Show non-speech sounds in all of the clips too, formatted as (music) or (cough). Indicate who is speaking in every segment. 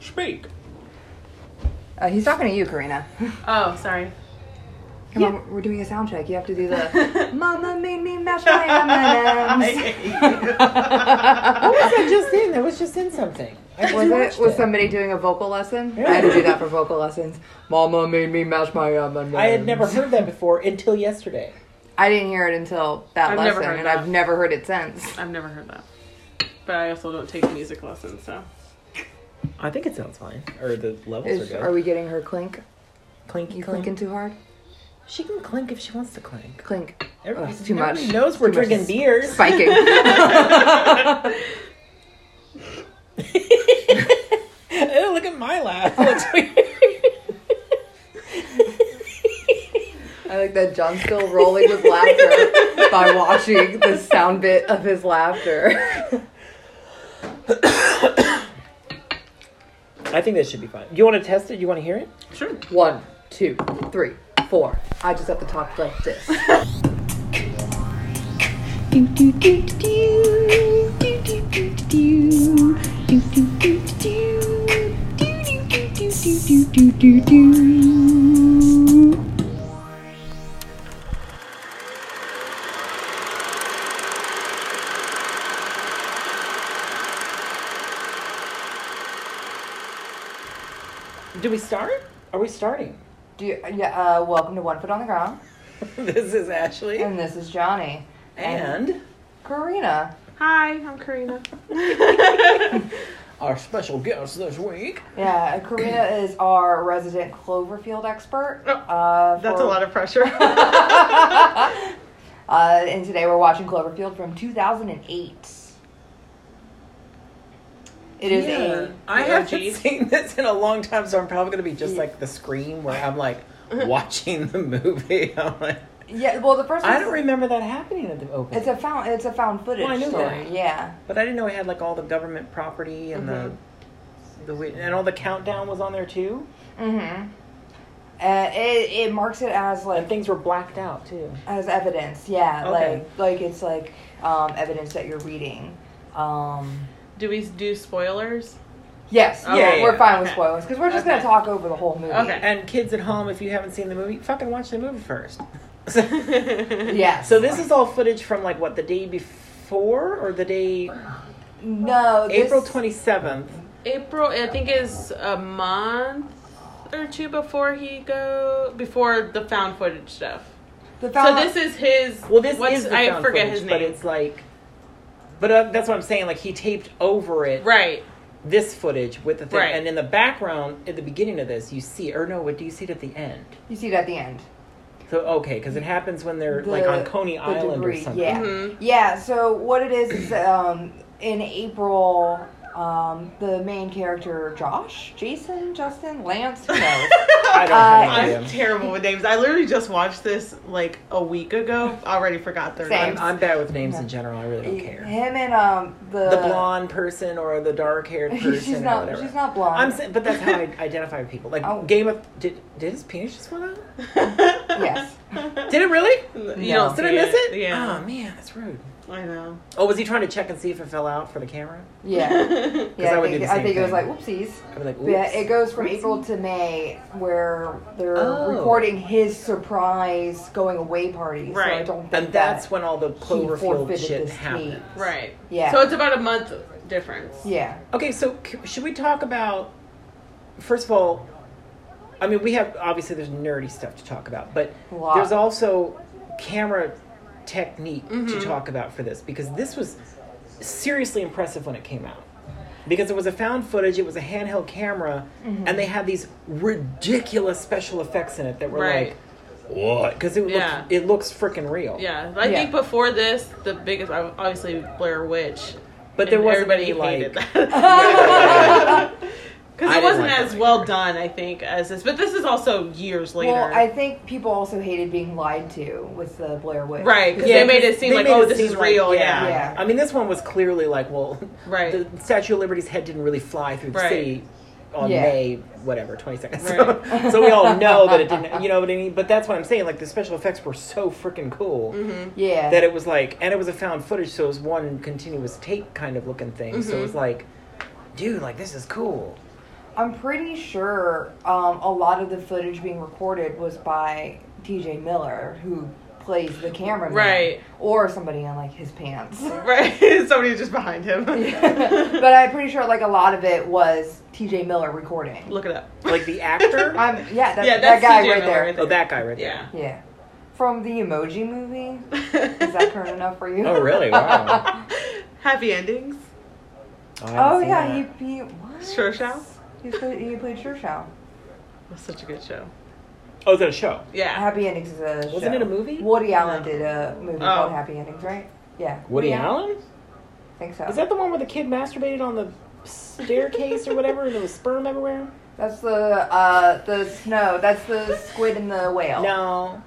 Speaker 1: Speak.
Speaker 2: Uh, he's talking to you, Karina. (laughs)
Speaker 3: Oh, sorry.
Speaker 2: Come on, we're- we're doing a sound check. You have to do the "Mama made me mash my M&Ms."
Speaker 4: What was that just in? That was just in something. I just
Speaker 2: (laughs) Was
Speaker 4: watched
Speaker 2: it? Was somebody doing a vocal lesson? I had to do that for vocal lessons. Mama made me mash my M&Ms.
Speaker 4: I had never heard that before until yesterday.
Speaker 2: I didn't hear it until that
Speaker 3: I've never
Speaker 2: lesson,
Speaker 3: heard
Speaker 2: and
Speaker 3: that.
Speaker 2: I've never heard it since.
Speaker 3: I've never heard that. But I also don't take music lessons, so.
Speaker 4: I think it sounds fine, or the levels
Speaker 2: Is,
Speaker 4: are good.
Speaker 2: are we getting her clink?
Speaker 4: clinky
Speaker 2: You
Speaker 4: clink?
Speaker 2: clinking too hard?
Speaker 4: She can clink if she wants to clink.
Speaker 2: Clink.
Speaker 4: Everybody,
Speaker 2: it's too much.
Speaker 4: everybody knows we're
Speaker 2: Too much (laughs)
Speaker 4: drinking
Speaker 2: s-
Speaker 4: beers. (laughs)
Speaker 2: Spiking.
Speaker 4: Ew, Oh, look at
Speaker 2: (laughs)
Speaker 4: my laugh. That's weird.
Speaker 2: I like that John's still rolling with laughter by watching the sound bit of his laughter.
Speaker 4: I think that should be fine. You want to test it? You want to hear it?
Speaker 3: Sure.
Speaker 2: One, two, three, four. I just have to talk like this.
Speaker 4: Do we start? Are we starting?
Speaker 2: Do you, yeah, uh, welcome to One Foot on the Ground,
Speaker 4: this is Ashley
Speaker 2: and this is Johnny.
Speaker 4: and
Speaker 2: Karina.
Speaker 3: Hi, I'm Karina.
Speaker 4: our special guest this week.
Speaker 2: Yeah, (clears throat) Karina is our resident Cloverfield expert. Uh,
Speaker 3: That's
Speaker 2: for-
Speaker 3: a lot of pressure.
Speaker 5: (laughs)
Speaker 2: (laughs) Uh, and today we're watching Cloverfield from 2008. It is a.
Speaker 4: I
Speaker 3: the
Speaker 4: haven't
Speaker 3: OG.
Speaker 4: seen this in a long time, so I'm probably going to be just like the scream where I'm (laughs) like watching the movie. (laughs) I'm like,
Speaker 2: Yeah, well, the first
Speaker 4: I
Speaker 2: one's-
Speaker 4: don't remember that happening at the opening.
Speaker 2: It's a found. It's a found footage
Speaker 4: Well, I knew
Speaker 2: story.
Speaker 4: that.
Speaker 2: Yeah.
Speaker 4: But I didn't know it had like all the government property and the the wi- and all the countdown was on there too,
Speaker 2: Mm-hmm. Uh, it it marks it as
Speaker 4: and
Speaker 2: like
Speaker 4: things were blacked out too.
Speaker 2: as evidence. Yeah.
Speaker 4: Okay.
Speaker 2: Like like it's like um, evidence that you're reading. Um,
Speaker 3: do we do
Speaker 5: (laughs)
Speaker 3: spoilers?
Speaker 2: yes.
Speaker 3: Okay,
Speaker 2: yeah.
Speaker 4: yeah,
Speaker 2: We're fine with
Speaker 3: okay.
Speaker 2: spoilers because we're just
Speaker 3: Okay.
Speaker 2: gonna talk over the whole movie.
Speaker 3: Okay.
Speaker 4: And kids at home, if you haven't seen the movie, fucking watch the movie first.
Speaker 2: Yeah.
Speaker 4: so this is all footage from like what the day before or the day
Speaker 2: no this-
Speaker 4: April twenty seventh.
Speaker 3: April, I think, is a month or two before he go before the found footage stuff.
Speaker 2: The
Speaker 3: So
Speaker 2: found,
Speaker 3: this is his.
Speaker 4: Well, this
Speaker 3: what's-
Speaker 4: is the
Speaker 3: I
Speaker 4: found
Speaker 3: forget
Speaker 4: footage,
Speaker 3: his
Speaker 4: but
Speaker 3: name.
Speaker 4: it's like. But uh, that's what I'm saying. Like he taped over it
Speaker 3: Right.
Speaker 4: this footage with the thing,
Speaker 3: Right.
Speaker 4: and in the background at the beginning of this, you see or no, what do you see it at the end?
Speaker 2: you see it at the end.
Speaker 4: So okay, because it happens when they're like
Speaker 2: the-
Speaker 4: on Coney
Speaker 2: the
Speaker 4: Island
Speaker 2: debris,
Speaker 4: or something.
Speaker 2: Yeah.
Speaker 5: (laughs)
Speaker 3: Mhm.
Speaker 2: Yeah. So what it is is um, in April, um, the main character Josh, Jason, Justin, Lance,
Speaker 3: (laughs)
Speaker 2: who knows?
Speaker 4: I don't
Speaker 2: Uh,
Speaker 4: have an
Speaker 5: I'm
Speaker 4: idea.
Speaker 5: terrible with names. I literally just watched this like a week ago. I already forgot their
Speaker 2: Same.
Speaker 5: names.
Speaker 4: I'm bad with names in general. I really don't care.
Speaker 2: Him and um, the
Speaker 4: The blonde person or the dark haired
Speaker 2: (laughs)
Speaker 4: person.
Speaker 2: she's
Speaker 4: or
Speaker 2: not.
Speaker 4: whatever.
Speaker 2: She's not blonde.
Speaker 4: I'm saying, but
Speaker 2: (laughs)
Speaker 4: that's how I identify with people. Like
Speaker 2: Oh.
Speaker 4: Game of did did his penis just
Speaker 3: (laughs)
Speaker 4: fall out? (laughs)
Speaker 2: yes.
Speaker 4: Did it really?
Speaker 3: You
Speaker 2: No.
Speaker 3: don't
Speaker 4: Did
Speaker 3: see
Speaker 4: I miss it?
Speaker 3: Yeah.
Speaker 4: Oh man, that's rude.
Speaker 3: I know.
Speaker 4: Oh, was he trying to check and see if it fell out for the camera? (laughs)
Speaker 2: Yeah. Yeah.
Speaker 4: I
Speaker 2: I
Speaker 4: would
Speaker 2: think,
Speaker 4: do the
Speaker 2: I
Speaker 4: same
Speaker 2: think it was like
Speaker 4: thing.
Speaker 2: whoopsies.
Speaker 4: I'd be like, Oops.
Speaker 2: Yeah, it goes from April to May, where they're
Speaker 4: Oh.
Speaker 2: recording his surprise going away party. So I
Speaker 3: Right.
Speaker 2: don't think
Speaker 4: and that's
Speaker 2: that,
Speaker 4: when all the Cloverfield
Speaker 2: forfeited
Speaker 4: shit
Speaker 2: this
Speaker 4: happened.
Speaker 2: tape.
Speaker 3: (laughs) Right.
Speaker 2: Yeah.
Speaker 3: So it's about a month difference.
Speaker 2: yeah.
Speaker 4: Okay, so c- should we talk about first of all? I mean, we have obviously there's nerdy stuff to talk about, but
Speaker 2: A lot.
Speaker 4: there's also camera technique
Speaker 3: Mm-hmm.
Speaker 4: to talk about for this because this was seriously impressive when it came out because it was a found footage, it was a handheld camera,
Speaker 3: Mm-hmm.
Speaker 4: and they had these ridiculous special effects in it that were
Speaker 3: Right.
Speaker 4: like what? Because it
Speaker 3: Yeah.
Speaker 4: looks it looks freaking real.
Speaker 3: Yeah. I
Speaker 2: Yeah.
Speaker 3: think before this, the biggest obviously Blair Witch.
Speaker 4: but there
Speaker 3: and
Speaker 4: wasn't
Speaker 3: everybody
Speaker 4: any like
Speaker 3: hated
Speaker 2: (laughs)
Speaker 3: (laughs) that. Because
Speaker 4: I
Speaker 3: it
Speaker 4: didn't
Speaker 3: wasn't
Speaker 4: like
Speaker 3: as
Speaker 4: that
Speaker 3: well done, I think, as this. But this is also years later.
Speaker 2: Well,
Speaker 3: (laughs)
Speaker 2: I think people also hated being lied to with the Blair Witch.
Speaker 3: right. Because
Speaker 4: Yeah,
Speaker 3: they made it seem
Speaker 4: they
Speaker 3: like,
Speaker 4: made
Speaker 3: oh,
Speaker 4: it
Speaker 3: this
Speaker 4: seem
Speaker 3: is
Speaker 4: like-
Speaker 3: real.
Speaker 4: yeah.
Speaker 3: yeah.
Speaker 2: Yeah.
Speaker 4: I mean, this one was clearly like, well,
Speaker 3: Right.
Speaker 4: the Statue of Liberty's head didn't really fly through the
Speaker 3: Right.
Speaker 4: city on
Speaker 2: Yeah.
Speaker 4: May whatever twenty seconds. (laughs) So, so we all know that it didn't. You know what I mean? But that's what I'm saying. Like the special effects were so freaking cool
Speaker 3: Mm-hmm.
Speaker 2: Yeah.
Speaker 4: that it
Speaker 3: Mm-hmm.
Speaker 4: was like, and it was a found footage, so it was one continuous tape kind of looking thing. So it was like, dude, like this is cool.
Speaker 2: I'm pretty sure um, a lot of the footage being recorded was by TJ Miller, who plays the cameraman,
Speaker 3: Right.
Speaker 2: Or somebody in like his
Speaker 3: (laughs)
Speaker 2: pants. (laughs)
Speaker 5: Right? Somebody just behind him.
Speaker 2: but I'm pretty sure like a lot of it was TJ Miller
Speaker 5: (laughs)
Speaker 2: recording.
Speaker 5: Look it up.
Speaker 4: Like
Speaker 5: (laughs)
Speaker 4: the
Speaker 2: (laughs)
Speaker 4: actor.
Speaker 2: I'm yeah, that,
Speaker 5: Yeah,
Speaker 2: that
Speaker 5: that's
Speaker 2: guy
Speaker 5: TJ
Speaker 2: right
Speaker 5: Miller
Speaker 2: there.
Speaker 5: right
Speaker 4: oh, that guy right there.
Speaker 5: Yeah.
Speaker 2: Yeah, from the Emoji Movie.
Speaker 3: (laughs)
Speaker 2: Is that
Speaker 4: (laughs)
Speaker 2: current enough for you?
Speaker 4: Oh,
Speaker 2: (laughs)
Speaker 4: really?
Speaker 5: (laughs)
Speaker 4: Wow.
Speaker 5: Happy endings.
Speaker 4: I haven't
Speaker 2: Oh
Speaker 4: seen
Speaker 2: yeah,
Speaker 4: that.
Speaker 2: he he what?
Speaker 5: Show.
Speaker 2: He played he played Sure Show.
Speaker 5: That's such a good show.
Speaker 4: Oh, is that a show?
Speaker 5: Yeah.
Speaker 2: Happy Endings is a
Speaker 4: Wasn't
Speaker 2: show.
Speaker 4: it a movie?
Speaker 2: Woody Allen did a movie called
Speaker 5: Oh.
Speaker 2: Happy Endings, right? Yeah.
Speaker 4: Woody Allen?
Speaker 2: I think so.
Speaker 4: Is that the one where the kid masturbated on the staircase or whatever, and there was sperm everywhere?
Speaker 2: That's the uh the snow. That's the squid and the whale.
Speaker 4: No,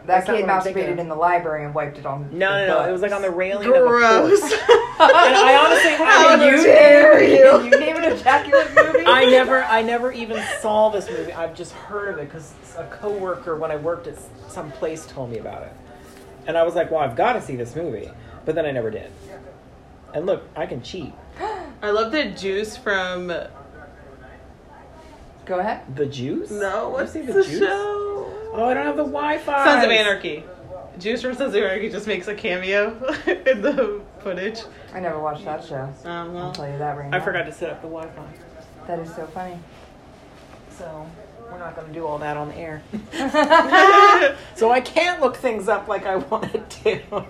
Speaker 2: that
Speaker 4: that's not
Speaker 2: kid
Speaker 4: what I'm thinking
Speaker 2: masturbated
Speaker 4: of.
Speaker 2: in the library and wiped it on.
Speaker 4: no, no,
Speaker 2: the
Speaker 4: no.
Speaker 2: bus.
Speaker 4: It
Speaker 2: (laughs)
Speaker 4: was like on the railing of
Speaker 5: (laughs)
Speaker 4: a porch.
Speaker 5: Gross.
Speaker 4: And I honestly,
Speaker 2: How
Speaker 5: How
Speaker 4: I, mean,
Speaker 2: you
Speaker 4: (laughs) you-
Speaker 2: dare you? you name an ejaculate movie?
Speaker 4: I never, I never even saw this movie. I've just heard of it because a coworker when I worked at some place told me about it, and I was like, "Well, I've got to see this movie," but then I never did. And look, I can cheat.
Speaker 5: I love the juice from
Speaker 2: Go ahead.
Speaker 4: The Juice?
Speaker 5: No, what's
Speaker 4: see
Speaker 5: the,
Speaker 4: The Juice?
Speaker 5: show?
Speaker 4: Oh, I don't have the Wi-Fi.
Speaker 5: Sons of Anarchy. Juice from Sons of Anarchy just makes a cameo (laughs) in the footage.
Speaker 2: I never watched that show.
Speaker 5: Um,
Speaker 2: I'll
Speaker 5: well,
Speaker 2: tell you that right now.
Speaker 4: I forgot to set up the Wi-Fi,
Speaker 2: That is so funny.
Speaker 4: so we're not going to do all that on the (laughs) air. so I can't look things up like I wanted to.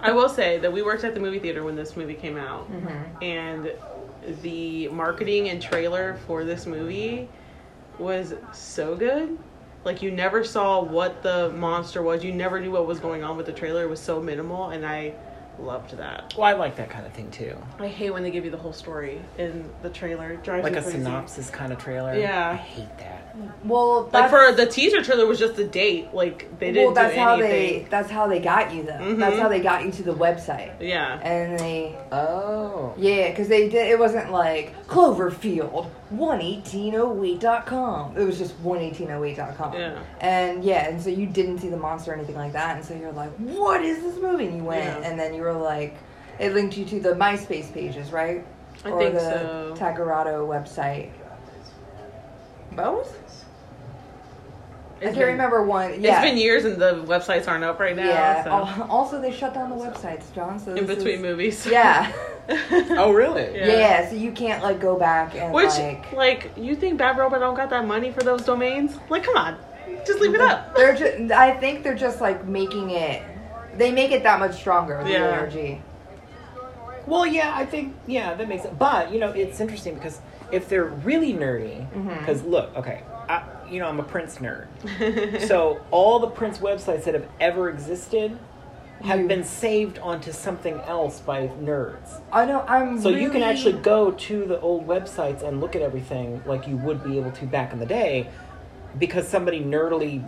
Speaker 5: I will say that we worked at the movie theater when this movie came out, Mm-hmm. and the marketing and trailer for this movie was so good. Like you never saw what the monster was. You never knew what was going on with the trailer. It was so minimal, and I loved that.
Speaker 4: well, I like that kind of thing too,
Speaker 5: I hate when they give you the whole story in the trailer. It drives
Speaker 4: like
Speaker 5: me
Speaker 4: a
Speaker 5: crazy.
Speaker 4: synopsis kind of trailer.
Speaker 5: Yeah.
Speaker 4: I hate that.
Speaker 2: Well,
Speaker 5: Like
Speaker 2: that's,
Speaker 5: for the teaser trailer was just the date. Like they didn't
Speaker 2: well, that's
Speaker 5: do
Speaker 2: how
Speaker 5: anything. Mm-hmm.
Speaker 2: they that's how they got you though. That's how they got you to the website,
Speaker 5: Yeah.
Speaker 2: and they
Speaker 4: Oh,
Speaker 2: Yeah, because they did. It wasn't like Cloverfield 11808.com. It was just 11808.com.
Speaker 5: Yeah.
Speaker 2: And yeah, and so you didn't see the monster or anything like that, and so you're like, "What is this movie?" And you went,
Speaker 5: Yeah.
Speaker 2: and then you were like, it linked you to the MySpace pages, right?
Speaker 5: I
Speaker 2: or
Speaker 5: think
Speaker 2: the
Speaker 5: so.
Speaker 2: Tagarado website. Both? I
Speaker 5: It's
Speaker 2: can't
Speaker 5: been-
Speaker 2: remember one. Yeah.
Speaker 5: It's been years and the websites aren't up right now.
Speaker 2: yeah.
Speaker 5: so.
Speaker 2: Al- (laughs) Also, they shut down the websites, John. So
Speaker 5: in
Speaker 2: this
Speaker 5: between
Speaker 2: is,
Speaker 5: movies. (laughs)
Speaker 2: Yeah. (laughs)
Speaker 4: oh, really?
Speaker 2: yeah.
Speaker 5: Yeah.
Speaker 2: So you can't like go back and
Speaker 5: Which,
Speaker 2: like.
Speaker 5: like, you think Bad Robot don't got that money for those domains? Like, come on, just leave it up.
Speaker 2: They're just, I think they're just like making it. They make it that much stronger. The
Speaker 5: Yeah.
Speaker 2: ARG.
Speaker 4: Well, yeah, I think yeah, that makes it. But you know, it's interesting because if they're really nerdy, because look, okay, I, you know, I'm a Prince nerd, (laughs) so all the Prince websites that have ever existed have
Speaker 2: You-
Speaker 4: been saved onto something else by nerds.
Speaker 2: I know. I'm.
Speaker 4: So you can
Speaker 2: really-
Speaker 4: actually go to the old websites and look at everything like you would be able to back in the day, because somebody nerdily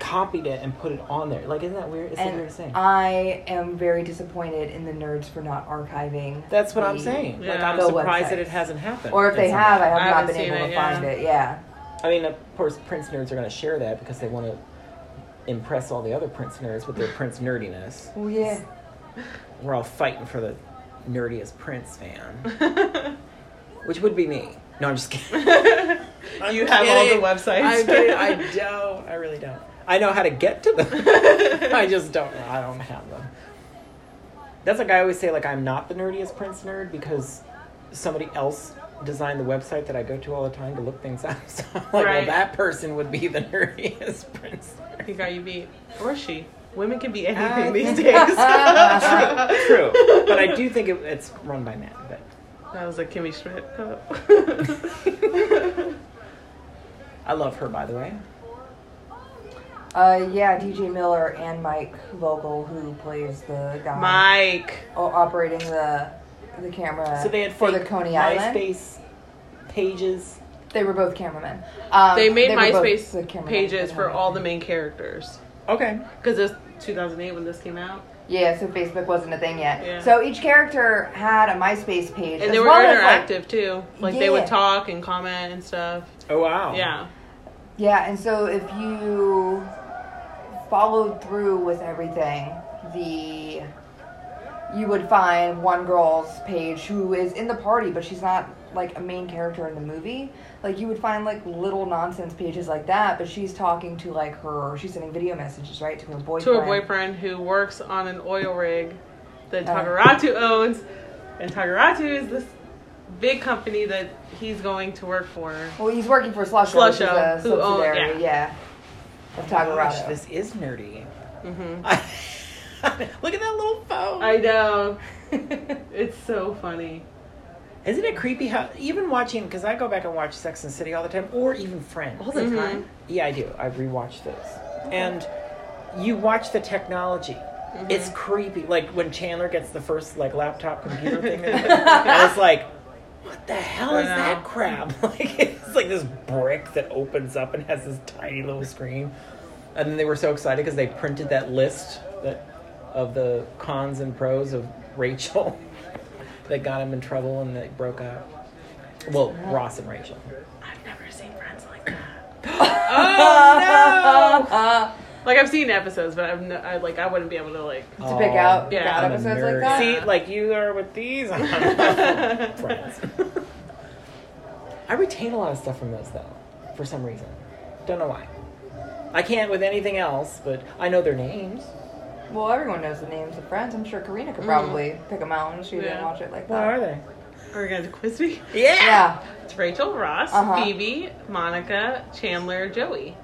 Speaker 4: copied it and put it on there. Like, isn't that weird? It's the
Speaker 2: And
Speaker 4: weirdest thing.
Speaker 2: I am very disappointed in the nerds for not archiving.
Speaker 4: That's what I'm
Speaker 2: the-
Speaker 4: saying. Like,
Speaker 5: Yeah.
Speaker 4: I'm
Speaker 2: The
Speaker 4: surprised that
Speaker 2: websites.
Speaker 4: it hasn't happened.
Speaker 2: Or if
Speaker 4: in
Speaker 2: they
Speaker 4: some
Speaker 2: have,
Speaker 4: way.
Speaker 2: I have
Speaker 5: I
Speaker 2: not
Speaker 5: haven't
Speaker 2: been able
Speaker 5: seen
Speaker 2: to
Speaker 5: it,
Speaker 2: find
Speaker 5: yeah.
Speaker 2: it. Yeah.
Speaker 4: I mean, of course, Prince nerds are going to share that because they want to impress all the other Prince nerds with their Prince nerdiness.
Speaker 2: Well, yeah.
Speaker 4: We're all fighting for the nerdiest Prince fan,
Speaker 5: (laughs)
Speaker 4: which would be me. No, I'm just kidding. I'm
Speaker 5: you have all
Speaker 4: kidding.
Speaker 5: the websites.
Speaker 4: I'm kidding. I don't. I really don't. I know how to get
Speaker 5: (laughs)
Speaker 4: to them. I just don't. know. I don't have them. That's like I always say. Like I'm not the nerdiest Prince nerd because somebody else designed the website that I go to all the time to look things up. (laughs) So I'm like, well,
Speaker 5: Right.
Speaker 4: that person would be the (laughs) nerdiest Prince. nerd.
Speaker 5: he got you beat, or she. Women can be
Speaker 2: Uh,
Speaker 5: anything
Speaker 4: I
Speaker 5: these
Speaker 4: think-
Speaker 5: days. that
Speaker 4: Ah, (laughs) True, but I do think it, it's run by men. But
Speaker 5: was a Kimmy Schmidt cup.
Speaker 4: I love her, by the way.
Speaker 2: Uh, yeah. DJ Miller and Mike Vogel, who plays the guy
Speaker 5: (laughs) Mike.
Speaker 2: o- operating the the camera.
Speaker 4: So they had
Speaker 2: for the
Speaker 4: fake
Speaker 2: Coney Island.
Speaker 4: MySpace pages.
Speaker 2: They were both cameramen. Um,
Speaker 5: They made
Speaker 2: were both the
Speaker 5: MySpace
Speaker 2: cameramen
Speaker 5: pages for
Speaker 2: the-
Speaker 5: all the main characters
Speaker 4: Okay.
Speaker 5: because it's 2008 when this came out.
Speaker 2: Yeah, so Facebook wasn't a thing yet.
Speaker 5: Yeah.
Speaker 2: So each character had a MySpace page,
Speaker 5: And
Speaker 2: as
Speaker 5: they were
Speaker 2: well as, like-
Speaker 5: interactive too. Like they
Speaker 2: Yeah.
Speaker 5: would talk and comment and stuff.
Speaker 4: Oh wow.
Speaker 5: Yeah.
Speaker 2: yeah, and so if you followed through with everything, the you would find one girl's page who is in the party, but she's not like a main character in the movie. Like you would find like little nonsense pages like that, but she's talking to like her. She's sending video messages right to her boyfriend.
Speaker 5: to a boyfriend who works on an oil rig that Tagaratu owns, and Tagaratu is this big company that he's going to work for.
Speaker 2: Well, he's working for Slusho, which is
Speaker 5: Slusho,
Speaker 2: a
Speaker 5: who own-
Speaker 2: subsidiary, yeah. of
Speaker 4: Gosh,
Speaker 2: (laughs) Tagarado.
Speaker 4: this is nerdy.
Speaker 2: Mm-hmm.
Speaker 5: hmm
Speaker 4: Look at that little phone.
Speaker 5: I
Speaker 2: (laughs)
Speaker 5: know. It's so funny.
Speaker 4: Isn't it creepy how even watching? Because I go back and watch Sex and the City all the time, or even Friends.
Speaker 2: All the
Speaker 5: Mhm.
Speaker 2: time.
Speaker 4: Yeah, I do. I rewatch those, and you watch the technology.
Speaker 2: Mm-hmm.
Speaker 4: It's creepy. Like when Chandler gets the first like laptop
Speaker 2: (laughs)
Speaker 4: computer thing, and it's like, what the hell
Speaker 5: I
Speaker 4: is
Speaker 5: know.
Speaker 4: that crap? (laughs) Like it's like this brick that opens up and has this tiny little screen. And then they were so excited because they printed that list that of the cons and pros of Rachel (laughs) that got him in trouble and they broke up. Well, Ross and Rachel.
Speaker 5: I've never seen Friends like that.
Speaker 4: Oh
Speaker 2: Uh,
Speaker 5: Like I've seen episodes, but I've no, I like I wouldn't be able to like.
Speaker 2: to pick out
Speaker 5: yeah,
Speaker 2: God
Speaker 4: I'm a
Speaker 2: episodes like
Speaker 4: nerd.
Speaker 2: that.
Speaker 4: Oh, See, like you are with these. I'm not with (laughs) friends. I retain a lot of stuff from those though, for some reason. Don't know why. I can't with anything else, but I know their names.
Speaker 2: well, everyone knows the names of friends. I'm sure Karina
Speaker 4: Mm.
Speaker 2: could probably pick them out and she didn't
Speaker 5: Yeah.
Speaker 2: watch it like
Speaker 4: What
Speaker 2: that.
Speaker 4: are they?
Speaker 5: Are you going to quiz me?
Speaker 2: Yeah.
Speaker 5: It's Rachel, Ross,
Speaker 2: Uh-huh.
Speaker 5: Phoebe, Monica, Chandler, Joey.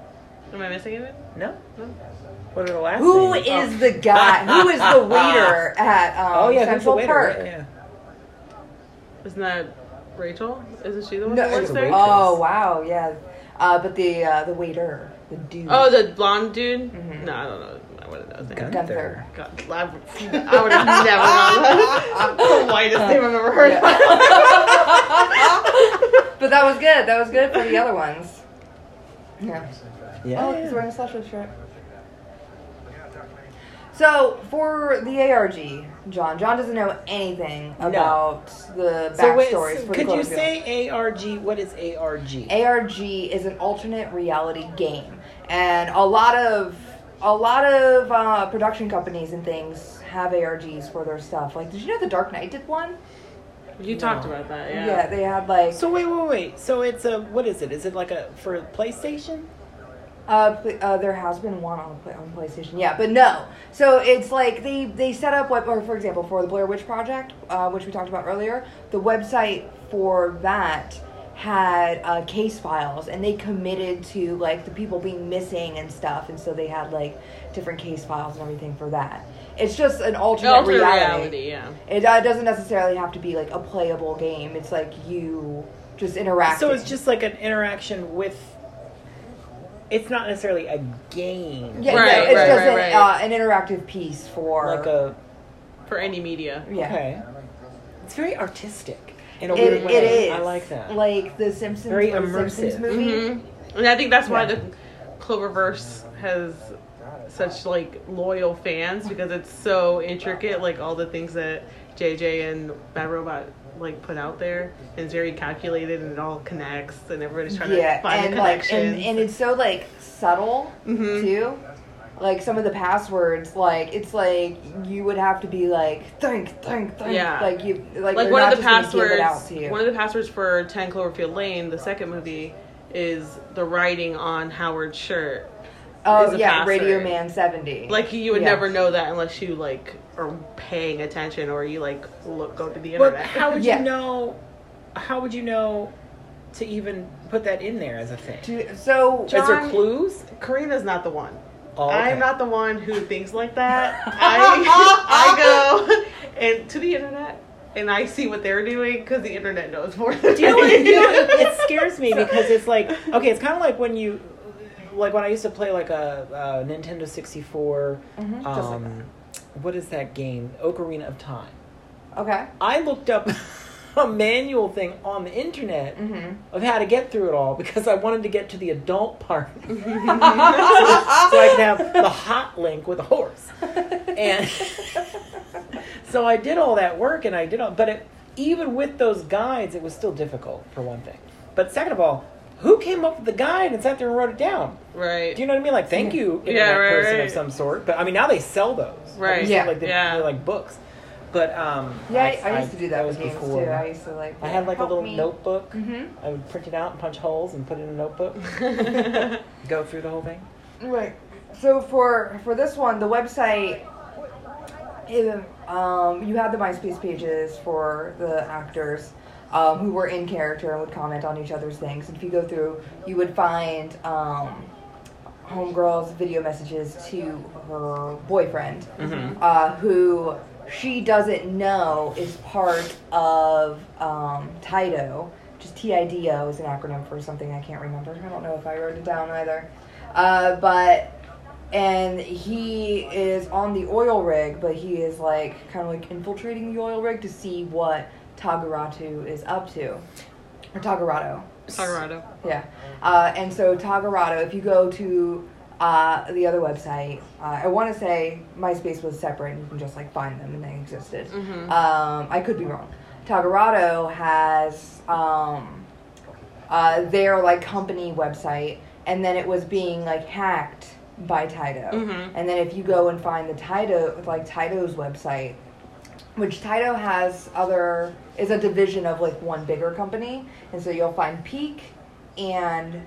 Speaker 5: Am I missing anyone?
Speaker 4: No.
Speaker 5: No.
Speaker 4: What are the last?
Speaker 2: Who
Speaker 4: names?
Speaker 2: is the guy? Who is
Speaker 4: (laughs)
Speaker 2: the waiter at um,
Speaker 4: Oh yeah, who's the
Speaker 2: Central
Speaker 4: waiter?
Speaker 2: Park?
Speaker 4: Yeah.
Speaker 5: Isn't that Rachel? Isn't she the one
Speaker 2: No,
Speaker 5: that works
Speaker 4: it's a
Speaker 5: there?
Speaker 4: waitress.
Speaker 2: Oh wow, yeah. Uh, but the uh, the waiter, the dude.
Speaker 5: Oh, the blonde dude?
Speaker 2: Mhm.
Speaker 5: No, I don't know. I wouldn't know his name.
Speaker 4: Gunther.
Speaker 2: Gunther.
Speaker 5: God, I would have never known
Speaker 2: (laughs)
Speaker 5: that. That's the whitest name I've ever heard.
Speaker 2: But that was good. That was good for the other ones. Yeah.
Speaker 4: Yeah.
Speaker 2: Oh, look, he's wearing a slusho shirt. So for the ARG, John, John doesn't know anything about the backstories
Speaker 4: So wait, so
Speaker 2: for the
Speaker 4: could you
Speaker 2: Cloverfield.
Speaker 4: say ARG? What is ARG?
Speaker 2: ARG is an alternate reality game, and a lot of a lot of uh, production companies and things have ARGs for their stuff. Like, did you know the Dark Knight did one?
Speaker 5: You talked about that, yeah.
Speaker 2: they had like
Speaker 4: so wait, wait, wait. So it's a what is it? Is it like a for PlayStation?
Speaker 2: Uh, pl- uh, there has been one on play- on PlayStation. Yeah, but no. So it's like they they set up what, or for example, for the Blair Witch Project, uh, which we talked about earlier, the website for that had uh, case files, and they committed to like the people being missing and stuff, and so they had like different case files and everything for that. It's just an alternate,
Speaker 5: Alternate reality,
Speaker 2: reality.
Speaker 5: yeah.
Speaker 2: It uh, doesn't necessarily have to be like a playable game. It's like you just interact.
Speaker 4: So it's just like an interaction with. It's not necessarily a game.
Speaker 2: yeah,
Speaker 5: Right,
Speaker 2: no, it's
Speaker 5: right,
Speaker 2: just
Speaker 5: right,
Speaker 2: an,
Speaker 5: right.
Speaker 2: Uh, an interactive piece for
Speaker 4: Like a
Speaker 5: For any media.
Speaker 2: Yeah.
Speaker 4: okay. It's very artistic in a
Speaker 2: It,
Speaker 4: weird way.
Speaker 2: it is.
Speaker 4: I like that.
Speaker 2: Like the Simpsons,
Speaker 4: Very
Speaker 2: or the Simpsons
Speaker 4: immersive.
Speaker 2: movie.
Speaker 5: hmm And I think that's why
Speaker 4: Yeah.
Speaker 5: the Cloververse has such like loyal fans because it's so intricate, like all the things that JJ and Bad Robot like put out there. And it's very calculated and it all connects and everybody's trying
Speaker 2: Yeah,
Speaker 5: to find
Speaker 2: and
Speaker 5: a
Speaker 2: like,
Speaker 5: connection.
Speaker 2: and, and it's so like subtle
Speaker 5: Mhm.
Speaker 2: too. Like some of the passwords, like it's like you would have to be like think, think, think.
Speaker 5: Yeah.
Speaker 2: Like you, like,
Speaker 5: like
Speaker 2: they're
Speaker 5: one
Speaker 2: not
Speaker 5: of the
Speaker 2: just gonna give it out
Speaker 5: passwords
Speaker 2: to you.
Speaker 5: one of the passwords for 10 cloverfield lane the second movie is the writing on howard's shirt is
Speaker 2: oh
Speaker 5: a
Speaker 2: yeah, Radio
Speaker 5: password.
Speaker 2: Man seventy.
Speaker 5: like you would
Speaker 2: Yeah.
Speaker 5: never know that unless you like are paying attention or you like look go to the
Speaker 4: But
Speaker 5: internet
Speaker 4: how would
Speaker 2: Yeah.
Speaker 4: you know? How would you know to even put that in there as a thing?
Speaker 2: To- so
Speaker 4: is there
Speaker 5: John-
Speaker 4: clues?
Speaker 5: karina's not the one
Speaker 4: Oh,
Speaker 5: i'm not the one who thinks like
Speaker 4: (laughs)
Speaker 5: that i i go and to the internet and i see what they're doing because the internet knows more than
Speaker 4: Do you know what?
Speaker 5: me.
Speaker 4: (laughs) you know, it,
Speaker 3: (laughs)
Speaker 4: it scares me because it's like okay, it's kind of like when you, like when I used to play like a, a Nintendo sixty
Speaker 2: Mhm, just like
Speaker 4: Um, what is that game? Ocarina of Time.
Speaker 2: okay.
Speaker 4: I looked up (laughs) a manual thing on the internet
Speaker 2: hmm
Speaker 4: of how to get through it all because I wanted to get to the
Speaker 2: (laughs)
Speaker 4: adult part. so, I could have the hot link with a horse. And (laughs) so I did all that work and I did all, but it, even with those guides, it was still difficult for one thing. But second of all, who came up with the guide and sat there and wrote it down?
Speaker 5: right
Speaker 4: Do you know what I mean? Like, thank you, internet
Speaker 5: right,
Speaker 4: person
Speaker 5: right.
Speaker 4: of some sort. But I mean, now they sell those, Like,
Speaker 5: Right.
Speaker 4: you see,
Speaker 2: Yeah.
Speaker 4: Like they,
Speaker 5: Yeah.
Speaker 4: are like books. But um,
Speaker 2: Yeah, I, I, used to do that,
Speaker 4: was
Speaker 2: with games
Speaker 4: before.
Speaker 2: too. I used to like.
Speaker 4: I had like
Speaker 2: help
Speaker 4: a little
Speaker 2: me.
Speaker 4: notebook.
Speaker 2: Mhm.
Speaker 4: I would print it out and punch holes and put it in a notebook. (laughs)
Speaker 3: (laughs)
Speaker 4: Go through the whole thing.
Speaker 2: Right. So for for this one, the website, it, um, you had the MySpace pages for the actors um, who were in character and would comment on each other's things. And if you go through, you would find um, Homegirl's video messages to her boyfriend, uh, who she doesn't know is part of um, TIDO. Just TIDO is an acronym for something I can't remember. I don't know if I wrote it down either. Uh, but, and he is on the oil rig, but he is like kind of like infiltrating the oil rig to see what Tagaratu is up to. Or Tagarado.
Speaker 3: Colorado.
Speaker 2: Yeah. Uh, and so Tagarado, if you go to uh, the other website, uh, I want to say MySpace was separate. and You can just like find them and they existed. Um, I could be wrong. Tagarado has um, uh, their like company website, and then it was being like hacked by Taito. And then if you go and find the Taito, like Taito's website, which Taito has other is a division of like one bigger company, and so you'll find Peak and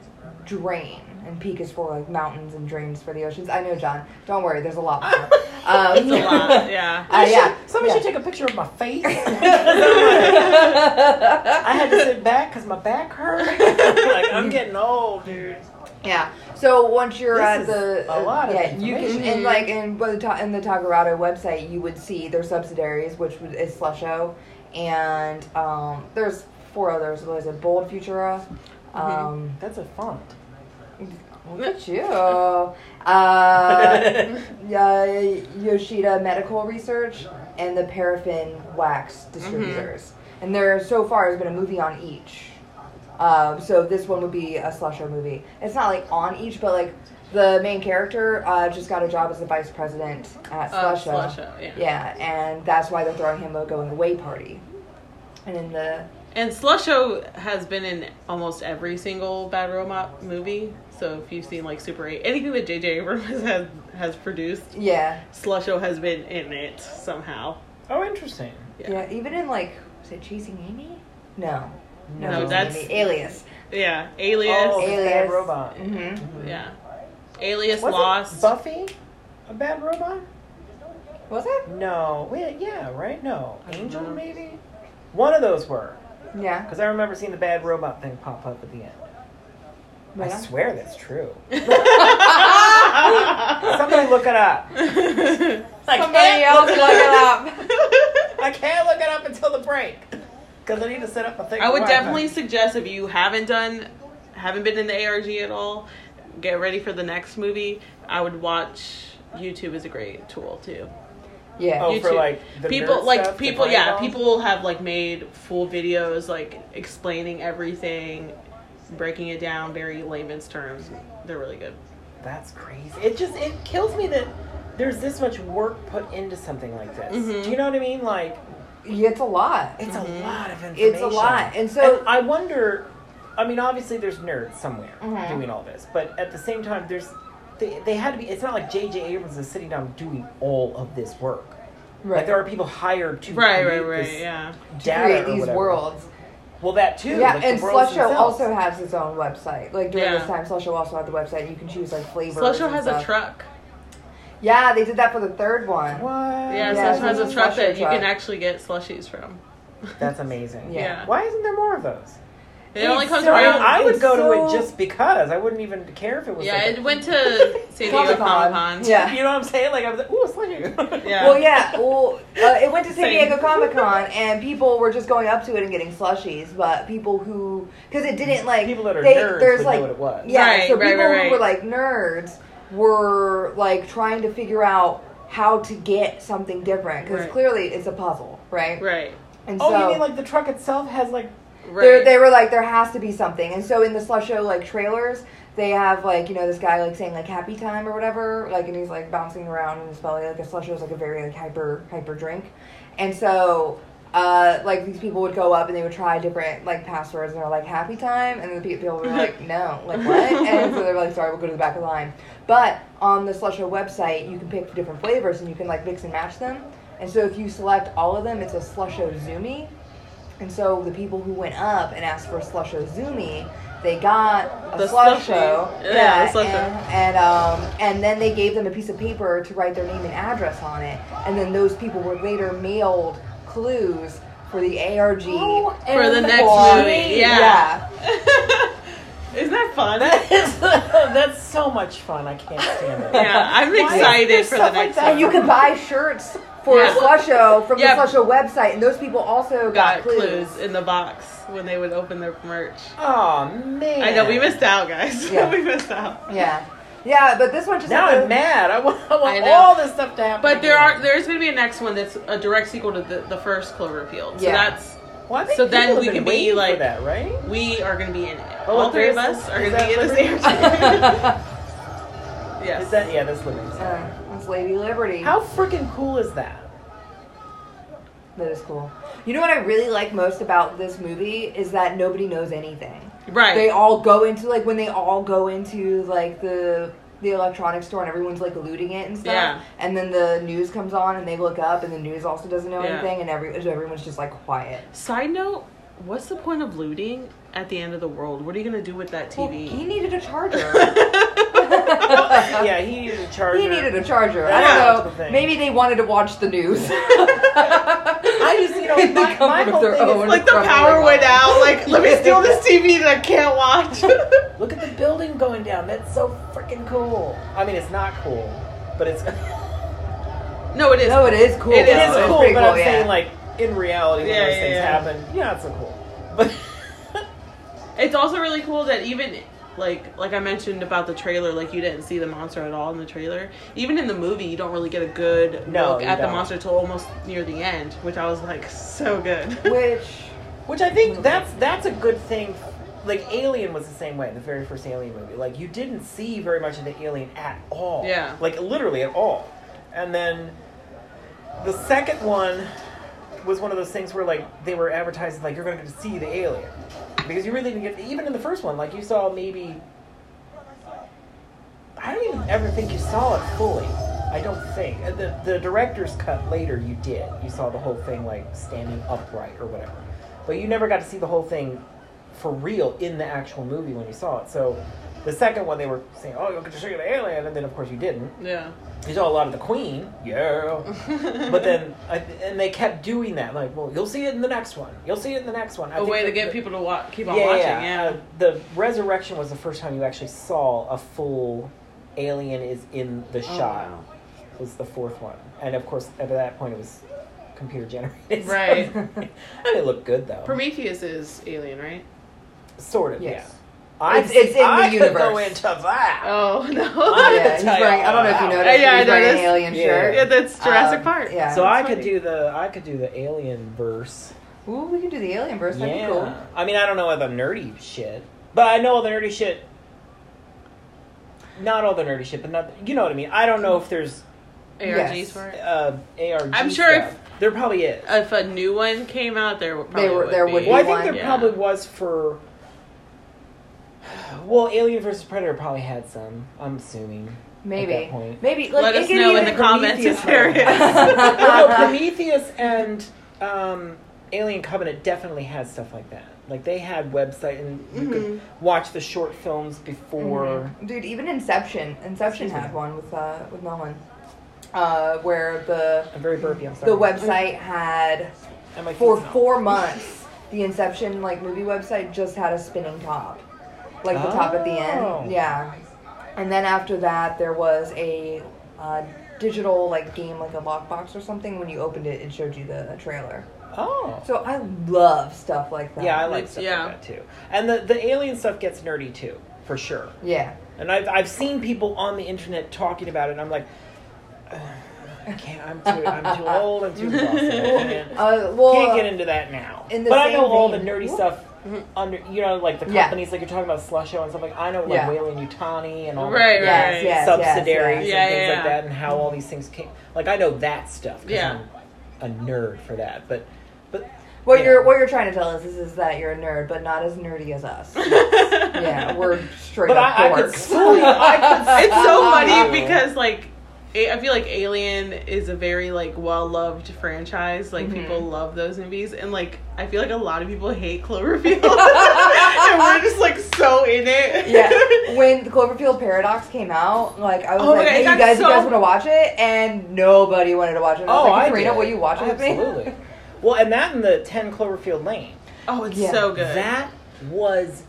Speaker 2: Drain, and Peak is for like mountains and Drains for the oceans. I know, John. Don't worry, there's a lot. More. Um,
Speaker 3: It's a
Speaker 4: (laughs)
Speaker 3: lot, yeah.
Speaker 2: uh, yeah,
Speaker 4: Somebody
Speaker 2: yeah.
Speaker 4: should take a picture of my (laughs)
Speaker 2: (laughs)
Speaker 4: face. I had to sit back because my back hurt. (laughs) like (laughs) I'm getting old, dude.
Speaker 2: Yeah. So once you're
Speaker 4: This
Speaker 2: at
Speaker 4: is
Speaker 2: the
Speaker 4: a lot of
Speaker 2: yeah, you can
Speaker 4: information.
Speaker 2: and like in by the ta- in the Tagarado website, you would see their subsidiaries, which would, is Slusho, and um, there's four others. What is it? Bold Futura.
Speaker 4: Mm-hmm.
Speaker 2: Um,
Speaker 4: That's a (laughs) font.
Speaker 2: Look at you.
Speaker 4: Oh,
Speaker 2: Uh, uh, Yoshida Medical Research and the Paraffin Wax
Speaker 3: Mm-hmm.
Speaker 2: Distributors. And there, so far, has been a movie on each. Um, so this one would be a slasher movie. It's not like on each, but like the main character uh, just got a job as the vice president at
Speaker 3: Uh,
Speaker 2: Slusho.
Speaker 3: Slusho, yeah.
Speaker 2: yeah, and that's why they're throwing him a going away party. And in the
Speaker 3: And Slusho has been in almost every single Bad Robot movie. So if you've seen like Super 8, anything that J.J. Abrams (laughs) has, has produced,
Speaker 2: yeah,
Speaker 3: Slusho has been in it somehow.
Speaker 4: Oh, interesting.
Speaker 2: yeah, even in like was it Chasing Amy? No, no,
Speaker 3: No,
Speaker 2: Chasing
Speaker 3: that's-
Speaker 2: Amy. Alias.
Speaker 3: Yeah, Alias.
Speaker 4: Oh, it's a
Speaker 2: Alias.
Speaker 4: bad robot.
Speaker 2: Mm-hmm.
Speaker 3: Yeah. Alias
Speaker 4: Wasn't
Speaker 3: Lost.
Speaker 4: Buffy a bad robot?
Speaker 2: Was it?
Speaker 4: No. Wait, yeah, right? No.
Speaker 3: I don't
Speaker 4: Angel,
Speaker 3: know.
Speaker 4: maybe? One of those were.
Speaker 2: Yeah.
Speaker 4: Because I remember seeing the bad robot thing pop up at the end. I
Speaker 2: Yeah.
Speaker 4: swear
Speaker 2: (laughs)
Speaker 4: that's true. Somebody look it up. I
Speaker 2: Somebody else look it
Speaker 4: (laughs)
Speaker 2: up.
Speaker 4: I can't look it up until the break. Because I need to set up a thing.
Speaker 3: I
Speaker 4: for
Speaker 3: would
Speaker 4: Wi-Fi.
Speaker 3: definitely suggest if you haven't done, haven't been in the ARG at all, get ready for the next movie. I would watch. YouTube is a great tool too.
Speaker 2: Yeah.
Speaker 4: Oh, for
Speaker 3: YouTube.
Speaker 4: like the
Speaker 3: people
Speaker 4: nerd
Speaker 3: like
Speaker 4: stuff, the
Speaker 3: people yeah
Speaker 4: volleyball?
Speaker 3: people have like made full videos like explaining everything breaking it down very layman's terms they're really good
Speaker 4: That's crazy. It just it kills me that there's this much work put into something like this. Do you know what I mean? Like
Speaker 2: Yeah, it's a lot.
Speaker 4: it's a lot of information.
Speaker 2: It's a lot. And so
Speaker 4: I wonder. I mean, obviously, there's nerds somewhere
Speaker 2: Mhm.
Speaker 4: doing all this, but at the same time, there's they, they had to be. It's not like J.J. Abrams is sitting down doing all of this work. Like there are people hired to
Speaker 3: right right
Speaker 4: create
Speaker 3: right
Speaker 4: this
Speaker 3: yeah
Speaker 4: data
Speaker 2: create
Speaker 4: or
Speaker 2: these
Speaker 4: whatever.
Speaker 2: worlds.
Speaker 4: Well, that too.
Speaker 2: yeah,
Speaker 4: like the
Speaker 2: and
Speaker 4: worlds
Speaker 2: Slusho
Speaker 4: themselves.
Speaker 2: also has its own website. Like during
Speaker 3: Yeah.
Speaker 2: this time, Slusho also had the website. You can choose like flavors.
Speaker 3: slusho
Speaker 2: and
Speaker 3: has
Speaker 2: stuff.
Speaker 3: a truck
Speaker 2: Yeah, they did that for the third one.
Speaker 4: What?
Speaker 3: yeah,
Speaker 2: Yeah,
Speaker 3: slusho has a
Speaker 2: it's a
Speaker 3: truck
Speaker 2: Slusho
Speaker 3: that you can
Speaker 2: truck.
Speaker 3: actually get slushies from
Speaker 4: That's amazing.
Speaker 2: Yeah.
Speaker 3: Yeah.
Speaker 4: Why isn't there more of those?
Speaker 3: it only comes
Speaker 4: So, I-
Speaker 3: around
Speaker 4: I would
Speaker 2: It's
Speaker 4: go to
Speaker 2: so-
Speaker 4: it just because. I wouldn't even care if it was.
Speaker 3: yeah
Speaker 4: like a-
Speaker 3: it went
Speaker 2: (laughs)
Speaker 3: to san diego
Speaker 2: Comic-Con.
Speaker 3: comic-con
Speaker 2: Yeah.
Speaker 4: (laughs) You know what I'm saying? Like I was like, ooh, Slusho. (laughs)
Speaker 3: Yeah.
Speaker 2: Well, yeah. Well, uh, it went to San
Speaker 3: Same.
Speaker 2: Diego Comic Con, and people were just going up to it and getting slushies. But people who, because it didn't like
Speaker 4: People that are
Speaker 2: they-
Speaker 4: nerds
Speaker 2: there's
Speaker 4: would know
Speaker 2: like
Speaker 4: what it was.
Speaker 2: yeah,
Speaker 3: Right,
Speaker 2: so
Speaker 3: right,
Speaker 2: people
Speaker 3: right, right.
Speaker 2: who were like nerds were like trying to figure out how to get something different because
Speaker 3: Right.
Speaker 2: clearly it's a puzzle, right?
Speaker 3: right
Speaker 2: And
Speaker 4: Oh,
Speaker 2: so
Speaker 4: you mean like the truck itself has like
Speaker 2: they're-
Speaker 3: right
Speaker 2: they were like there has to be something, and so in the slusho like trailers. They have like you know this guy like saying like happy time or whatever like and he's like bouncing around in his belly like a slusho is like a very like hyper hyper drink, and so uh like these people would go up and they would try different like passwords and they're like happy time and then the pe- people were like no like what and so they're like sorry we'll go to the back of the line but on the slusho website you can pick different flavors and you can like mix and match them And so if you select all of them, it's a slusho zoomy. And so the people who went up and asked for slusho zoomy, they got a
Speaker 5: The
Speaker 2: slusho.
Speaker 5: slushie. Yeah, the slusho.
Speaker 2: And, and um and then they gave them a piece of paper to write their name and address on it. And then those people were later mailed clues for the ARG
Speaker 4: Oh,
Speaker 5: For the next
Speaker 2: or-
Speaker 5: movie. Yeah. Isn't that fun?
Speaker 4: (laughs) That's so much fun. I can't stand it.
Speaker 5: yeah, I'm excited for the next
Speaker 2: And
Speaker 5: one.
Speaker 2: you could buy shirts for
Speaker 5: Yeah.
Speaker 2: Slusho from
Speaker 5: Yeah.
Speaker 2: the Slusho website, and those people also
Speaker 5: got
Speaker 2: got,
Speaker 5: clues in the box when they would open their merch.
Speaker 4: Oh man.
Speaker 5: I know we missed out, guys. (laughs)
Speaker 2: Yeah.
Speaker 5: we missed out.
Speaker 2: Yeah, yeah, but this one just
Speaker 4: Now
Speaker 2: had (laughs)
Speaker 4: I'm
Speaker 2: the-
Speaker 4: mad. I want, I
Speaker 5: I
Speaker 4: want
Speaker 5: know.
Speaker 4: all this stuff to happen.
Speaker 5: But there
Speaker 4: again.
Speaker 5: are there's going to be a next one that's a direct sequel to the, the first Cloverfield. So
Speaker 2: Yeah.
Speaker 5: that's
Speaker 4: Well, I think
Speaker 5: so then
Speaker 4: people have
Speaker 5: we
Speaker 4: been
Speaker 5: can be,
Speaker 4: waiting for
Speaker 5: like-
Speaker 4: that, right?
Speaker 5: we are going to be in it.
Speaker 4: Oh,
Speaker 5: All three of
Speaker 4: there's-
Speaker 5: us are
Speaker 4: is
Speaker 5: going to be in this
Speaker 4: that
Speaker 5: air. (laughs)
Speaker 2: (laughs)
Speaker 4: Is
Speaker 5: yes.
Speaker 4: that yeah? That's Liberty.
Speaker 2: Uh, that's Lady Liberty.
Speaker 4: How freaking cool is that?
Speaker 2: That is cool. You know what I really like most about this movie is that nobody knows anything.
Speaker 5: right.
Speaker 2: They all go into like when they all go into like the the electronics store and everyone's like looting it and stuff.
Speaker 5: Yeah.
Speaker 2: And then the news comes on and they look up and the news also doesn't know
Speaker 5: Yeah.
Speaker 2: anything and every everyone's just like quiet.
Speaker 5: Side note, what's the point of looting at the end of the world? What are you going to do with that
Speaker 2: Well,
Speaker 5: TV?
Speaker 2: he needed a charger.
Speaker 5: (laughs)
Speaker 4: yeah, he needed a charger.
Speaker 2: He needed a charger.
Speaker 4: Yeah.
Speaker 2: I
Speaker 4: That's
Speaker 2: don't
Speaker 4: the
Speaker 2: know.
Speaker 4: thing.
Speaker 2: Maybe they wanted to watch the news.
Speaker 4: I just you know
Speaker 2: They
Speaker 4: my,
Speaker 2: come
Speaker 4: my
Speaker 2: with
Speaker 4: whole
Speaker 2: their
Speaker 4: thing
Speaker 2: own.
Speaker 4: is like
Speaker 5: like the power went out. Like, let (laughs) me steal this TV that I can't watch. (laughs)
Speaker 4: look at the building going down. That's so freaking cool. I mean, it's not cool, but it's (laughs)
Speaker 5: no, it is.
Speaker 2: no, it is cool.
Speaker 5: It
Speaker 4: it
Speaker 2: though.
Speaker 4: is
Speaker 2: It's
Speaker 4: cool.
Speaker 2: pretty
Speaker 4: But I'm
Speaker 2: yeah.
Speaker 4: saying like in reality, when
Speaker 5: Yeah,
Speaker 4: those
Speaker 5: yeah,
Speaker 4: things
Speaker 5: yeah.
Speaker 4: happen, yeah, not so cool. But
Speaker 5: It's also really cool that even like like I mentioned about the trailer, like you didn't see the monster at all in the trailer. Even in the movie, you don't really get a good
Speaker 4: No,
Speaker 5: look
Speaker 4: you
Speaker 5: at the
Speaker 4: don't.
Speaker 5: monster till almost near the end, which I was like so (laughs) good.
Speaker 2: which
Speaker 4: Which I think that's that's a good thing. Like Alien was the same way, the very first Alien movie. Like you didn't see very much of the alien at all.
Speaker 5: Yeah.
Speaker 4: Like literally at all. And then the second one was one of those things where like they were advertising like you're going to get to see the alien because you really didn't get even in the first one like you saw maybe I don't even ever think you saw it fully. I don't think Uh, the the director's cut later you did. You saw the whole thing like standing upright or whatever, but you never got to see the whole thing for real in the actual movie when you saw it. So the second one they were saying, "Oh, you'll get to show you the alien," and then of course you didn't.
Speaker 5: yeah.
Speaker 4: You saw a lot of the Queen, yeah, but then I, and they kept doing that. Like, well, you'll see it in the next one. You'll see it in the next one. I
Speaker 5: A
Speaker 4: think
Speaker 5: way to
Speaker 4: that-
Speaker 5: get
Speaker 4: that-
Speaker 5: people to wa- keep on watching. Yeah.
Speaker 4: uh, the resurrection was the first time you actually saw a full alien is in the
Speaker 2: Oh,
Speaker 4: shot.
Speaker 5: wow.
Speaker 4: Was the fourth one, and of course at that point it was computer generated. so-
Speaker 5: Right.
Speaker 4: (laughs) and it looked good though.
Speaker 5: Prometheus is alien, right?
Speaker 4: sort of.
Speaker 2: Yes.
Speaker 4: Yeah. I
Speaker 2: It's- it's in the
Speaker 4: I could go
Speaker 2: universe.
Speaker 4: into that.
Speaker 5: Oh (laughs) no.
Speaker 4: I didn't
Speaker 2: yeah, he's
Speaker 4: tell you
Speaker 2: wearing. I don't know if you
Speaker 4: about
Speaker 5: that.
Speaker 2: noticed.
Speaker 5: Yeah,
Speaker 2: but
Speaker 5: I
Speaker 2: he's wearing an
Speaker 5: noticed.
Speaker 2: alien
Speaker 4: Yeah.
Speaker 2: shirt.
Speaker 5: yeah, that's Jurassic
Speaker 2: Um,
Speaker 5: Park.
Speaker 2: yeah.
Speaker 4: so I
Speaker 5: That's
Speaker 4: could
Speaker 5: funny.
Speaker 4: do the I could do the alien verse.
Speaker 2: Ooh, we can do the alien verse. That'd
Speaker 4: yeah.
Speaker 2: be cool.
Speaker 4: I mean I don't know all the nerdy shit, but I know all the nerdy shit. Not all the nerdy shit, but not you know what I mean. I don't know if there's
Speaker 5: ARGs
Speaker 2: Yes.
Speaker 5: for it.
Speaker 4: uh, ARG.
Speaker 5: I'm sure
Speaker 4: stuff. there probably is.
Speaker 5: If a new one came out, there would probably
Speaker 2: were- there
Speaker 5: be.
Speaker 2: would be
Speaker 4: well, I think there
Speaker 5: yeah.
Speaker 4: probably was for. Well, Alien vs Predator probably had some.
Speaker 5: (laughs)
Speaker 4: I'm assuming. At that
Speaker 2: Maybe.
Speaker 4: point.
Speaker 2: Maybe. Like,
Speaker 5: Let
Speaker 2: it
Speaker 5: us
Speaker 2: could
Speaker 5: know in the
Speaker 2: even-
Speaker 5: comments if there is.
Speaker 4: Well,
Speaker 2: (laughs)
Speaker 4: no, Prometheus and um, Alien Covenant definitely had stuff like that. Like they had website and you could
Speaker 2: Mm-hmm.
Speaker 4: watch the short films before.
Speaker 2: Dude, even Inception. Inception
Speaker 4: Excuse me.
Speaker 2: had one with uh with Nolan, uh, where the
Speaker 4: I'm very burpy. I'm sorry.
Speaker 2: the website had
Speaker 4: And my
Speaker 2: for
Speaker 4: feet's out.
Speaker 2: four months the Inception like movie website just had a spinning top, like the top at the
Speaker 4: Oh.
Speaker 2: end. Yeah, and then after that there was a. Uh, digital like game like a lockbox or something when you opened it it showed you the trailer
Speaker 4: Oh.
Speaker 2: so i love stuff like that
Speaker 4: Yeah, I like stuff
Speaker 5: Yeah.
Speaker 4: like that too. And the the alien stuff gets nerdy too, for sure.
Speaker 2: yeah
Speaker 4: And I've, I've seen people on the internet talking about it, and I'm like, "Ugh, I can't. I'm too, I'm too old.
Speaker 2: (laughs)
Speaker 4: I'm too lost. I can't,
Speaker 2: uh, well
Speaker 4: can't get into that now.
Speaker 2: in the
Speaker 4: but I know
Speaker 2: same
Speaker 4: all the
Speaker 2: vein- Mm-hmm.
Speaker 4: nerdy stuff under, you know, like the
Speaker 2: Yeah.
Speaker 4: companies, like you're talking about Slusho and stuff. Like I know, like
Speaker 2: Yeah.
Speaker 4: Whalen Utani and all
Speaker 5: Right,
Speaker 4: the
Speaker 5: right.
Speaker 2: yes, yes, yes,
Speaker 4: subsidiaries
Speaker 5: yes. Yeah,
Speaker 4: and things
Speaker 5: yeah, yeah.
Speaker 4: like that, and how all these things came. Like I know that stuff. 'cause
Speaker 5: Yeah.
Speaker 4: I'm a nerd for that, but but
Speaker 2: What
Speaker 4: Yeah.
Speaker 2: you're what you're trying to tell us is, is that you're a nerd, but not as nerdy as
Speaker 4: (laughs)
Speaker 2: us. yeah, we're straight
Speaker 4: but
Speaker 2: up
Speaker 4: I, I could
Speaker 2: dorks.
Speaker 4: fully, I could
Speaker 5: (laughs)
Speaker 2: (laughs)
Speaker 4: (laughs)
Speaker 5: it's so
Speaker 4: Oh.
Speaker 5: funny because like A- I feel like Alien is a very like well loved franchise. Like people
Speaker 2: Mm-hmm.
Speaker 5: love those movies, and like I feel like a lot of people
Speaker 2: (laughs)
Speaker 5: hate Cloverfield, (laughs) and we're just like so in it. (laughs)
Speaker 2: yeah, when the Cloverfield Paradox came out, like I was
Speaker 5: Oh my
Speaker 2: like,
Speaker 5: God, it
Speaker 2: "Hey,
Speaker 5: got
Speaker 2: you guys,
Speaker 5: so-
Speaker 2: you guys want to watch it?" And nobody wanted to watch it. And I was
Speaker 4: Oh,
Speaker 2: like,
Speaker 4: I
Speaker 2: "Karina,
Speaker 4: did.
Speaker 2: will you watch it with me?"
Speaker 4: Absolutely. (laughs) well, and that in the Ten Cloverfield Lane.
Speaker 5: oh, it's
Speaker 2: Yeah.
Speaker 5: so good.
Speaker 4: That was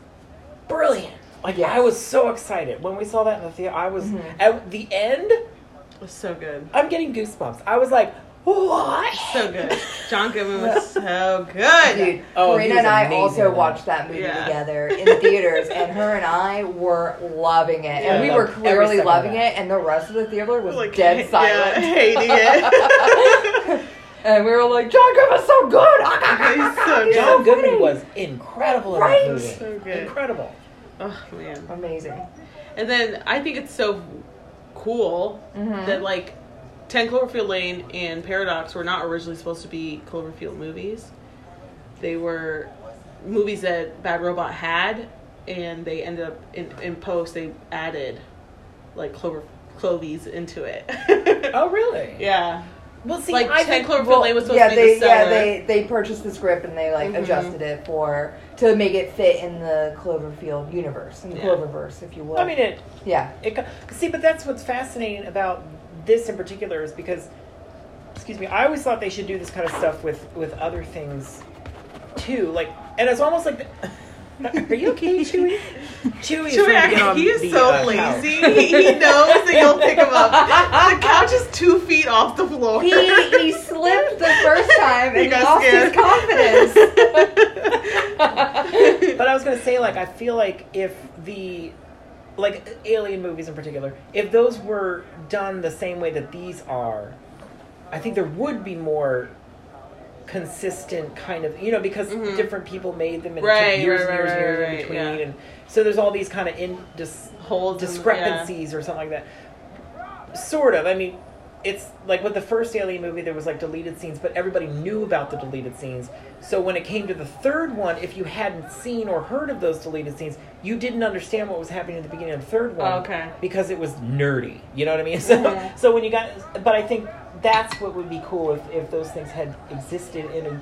Speaker 4: brilliant. Like
Speaker 2: Yes. Mm-hmm.
Speaker 4: I was so excited when we saw that in the theater. I was at the end.
Speaker 5: was so good.
Speaker 4: I'm getting goosebumps. I was like, what?
Speaker 5: So good. John Goodman
Speaker 2: (laughs)
Speaker 5: was so good. (laughs)
Speaker 2: Dude,
Speaker 4: Oh, he
Speaker 2: Karina
Speaker 4: was
Speaker 2: and I
Speaker 4: amazing in
Speaker 2: also
Speaker 4: that.
Speaker 2: watched that movie
Speaker 5: Yeah.
Speaker 2: together in theaters, and her and I were loving it,
Speaker 4: Yeah,
Speaker 2: and we were
Speaker 4: loved every
Speaker 2: clearly
Speaker 4: second
Speaker 2: loving
Speaker 4: of it.
Speaker 2: it, and the rest of the theater was
Speaker 5: Like,
Speaker 2: dead
Speaker 5: ha-
Speaker 2: silent.
Speaker 5: Yeah, (laughs) hating it.
Speaker 2: (laughs) And we were like, John Goodman's so good. (laughs)
Speaker 5: He's so good.
Speaker 4: (laughs) John Goodman was incredible in
Speaker 2: Right?
Speaker 4: that movie.
Speaker 5: So good.
Speaker 4: Incredible.
Speaker 5: oh man.
Speaker 2: Amazing.
Speaker 5: And then I think it's so cool that like Ten Cloverfield Lane and Paradox were not originally supposed to be Cloverfield movies. They were movies that Bad Robot had, and they ended up in, in post they added like Clover Clovies into it.
Speaker 4: Oh, really?
Speaker 5: (laughs) yeah,
Speaker 4: Well, see,
Speaker 5: like
Speaker 4: I
Speaker 5: Ten
Speaker 4: think
Speaker 5: Cloverfield Lane was supposed
Speaker 2: yeah,
Speaker 5: to be
Speaker 2: they
Speaker 5: the
Speaker 2: yeah
Speaker 5: seller.
Speaker 2: they they purchased the script and they like
Speaker 5: Mhm.
Speaker 2: adjusted it for to make it fit in the Cloverfield universe, in the
Speaker 5: Yeah.
Speaker 2: Cloververse, if you will.
Speaker 4: I mean, it
Speaker 2: yeah,
Speaker 4: It, co- see, but that's what's fascinating about this in particular is because, excuse me, I always thought they should do this kind of stuff with with other things, too. Like, and it's almost (laughs) like, the, are you okay, Chewy? Chewy, is
Speaker 5: Chewy, (laughs)
Speaker 4: trying to get on
Speaker 5: he is
Speaker 4: the,
Speaker 5: so
Speaker 4: uh, couch.
Speaker 5: lazy. He, he knows that you'll
Speaker 4: (laughs)
Speaker 5: pick him up. The couch is two feet off the floor.
Speaker 2: he he slipped the
Speaker 5: (laughs)
Speaker 2: first time
Speaker 5: He
Speaker 2: and
Speaker 5: got
Speaker 2: lost
Speaker 5: scared.
Speaker 2: his
Speaker 5: (laughs)
Speaker 2: confidence.
Speaker 4: But I was gonna say, like, I feel like if the like alien movies in particular, if those were done the same way that these are, I think there would be more consistent kind of you know because different people made them and it
Speaker 5: Mm-hmm. Right,
Speaker 4: took years
Speaker 5: right,
Speaker 4: and
Speaker 5: right,
Speaker 4: years and
Speaker 5: right,
Speaker 4: years in
Speaker 5: right,
Speaker 4: between
Speaker 5: yeah.
Speaker 4: and so there's all these kind of in dis-
Speaker 5: Holes in-
Speaker 4: discrepancies or something like that sort of i mean it's like with the first alien movie there was like deleted scenes but everybody knew about the deleted scenes so when it came to the third one if you hadn't seen or heard of those deleted scenes you didn't understand what was happening at the beginning of the third one
Speaker 5: Okay.
Speaker 4: because it was nerdy you know what i mean (laughs) so
Speaker 5: Yeah.
Speaker 4: so when you got but i think that's what would be cool if, if those things had existed in a,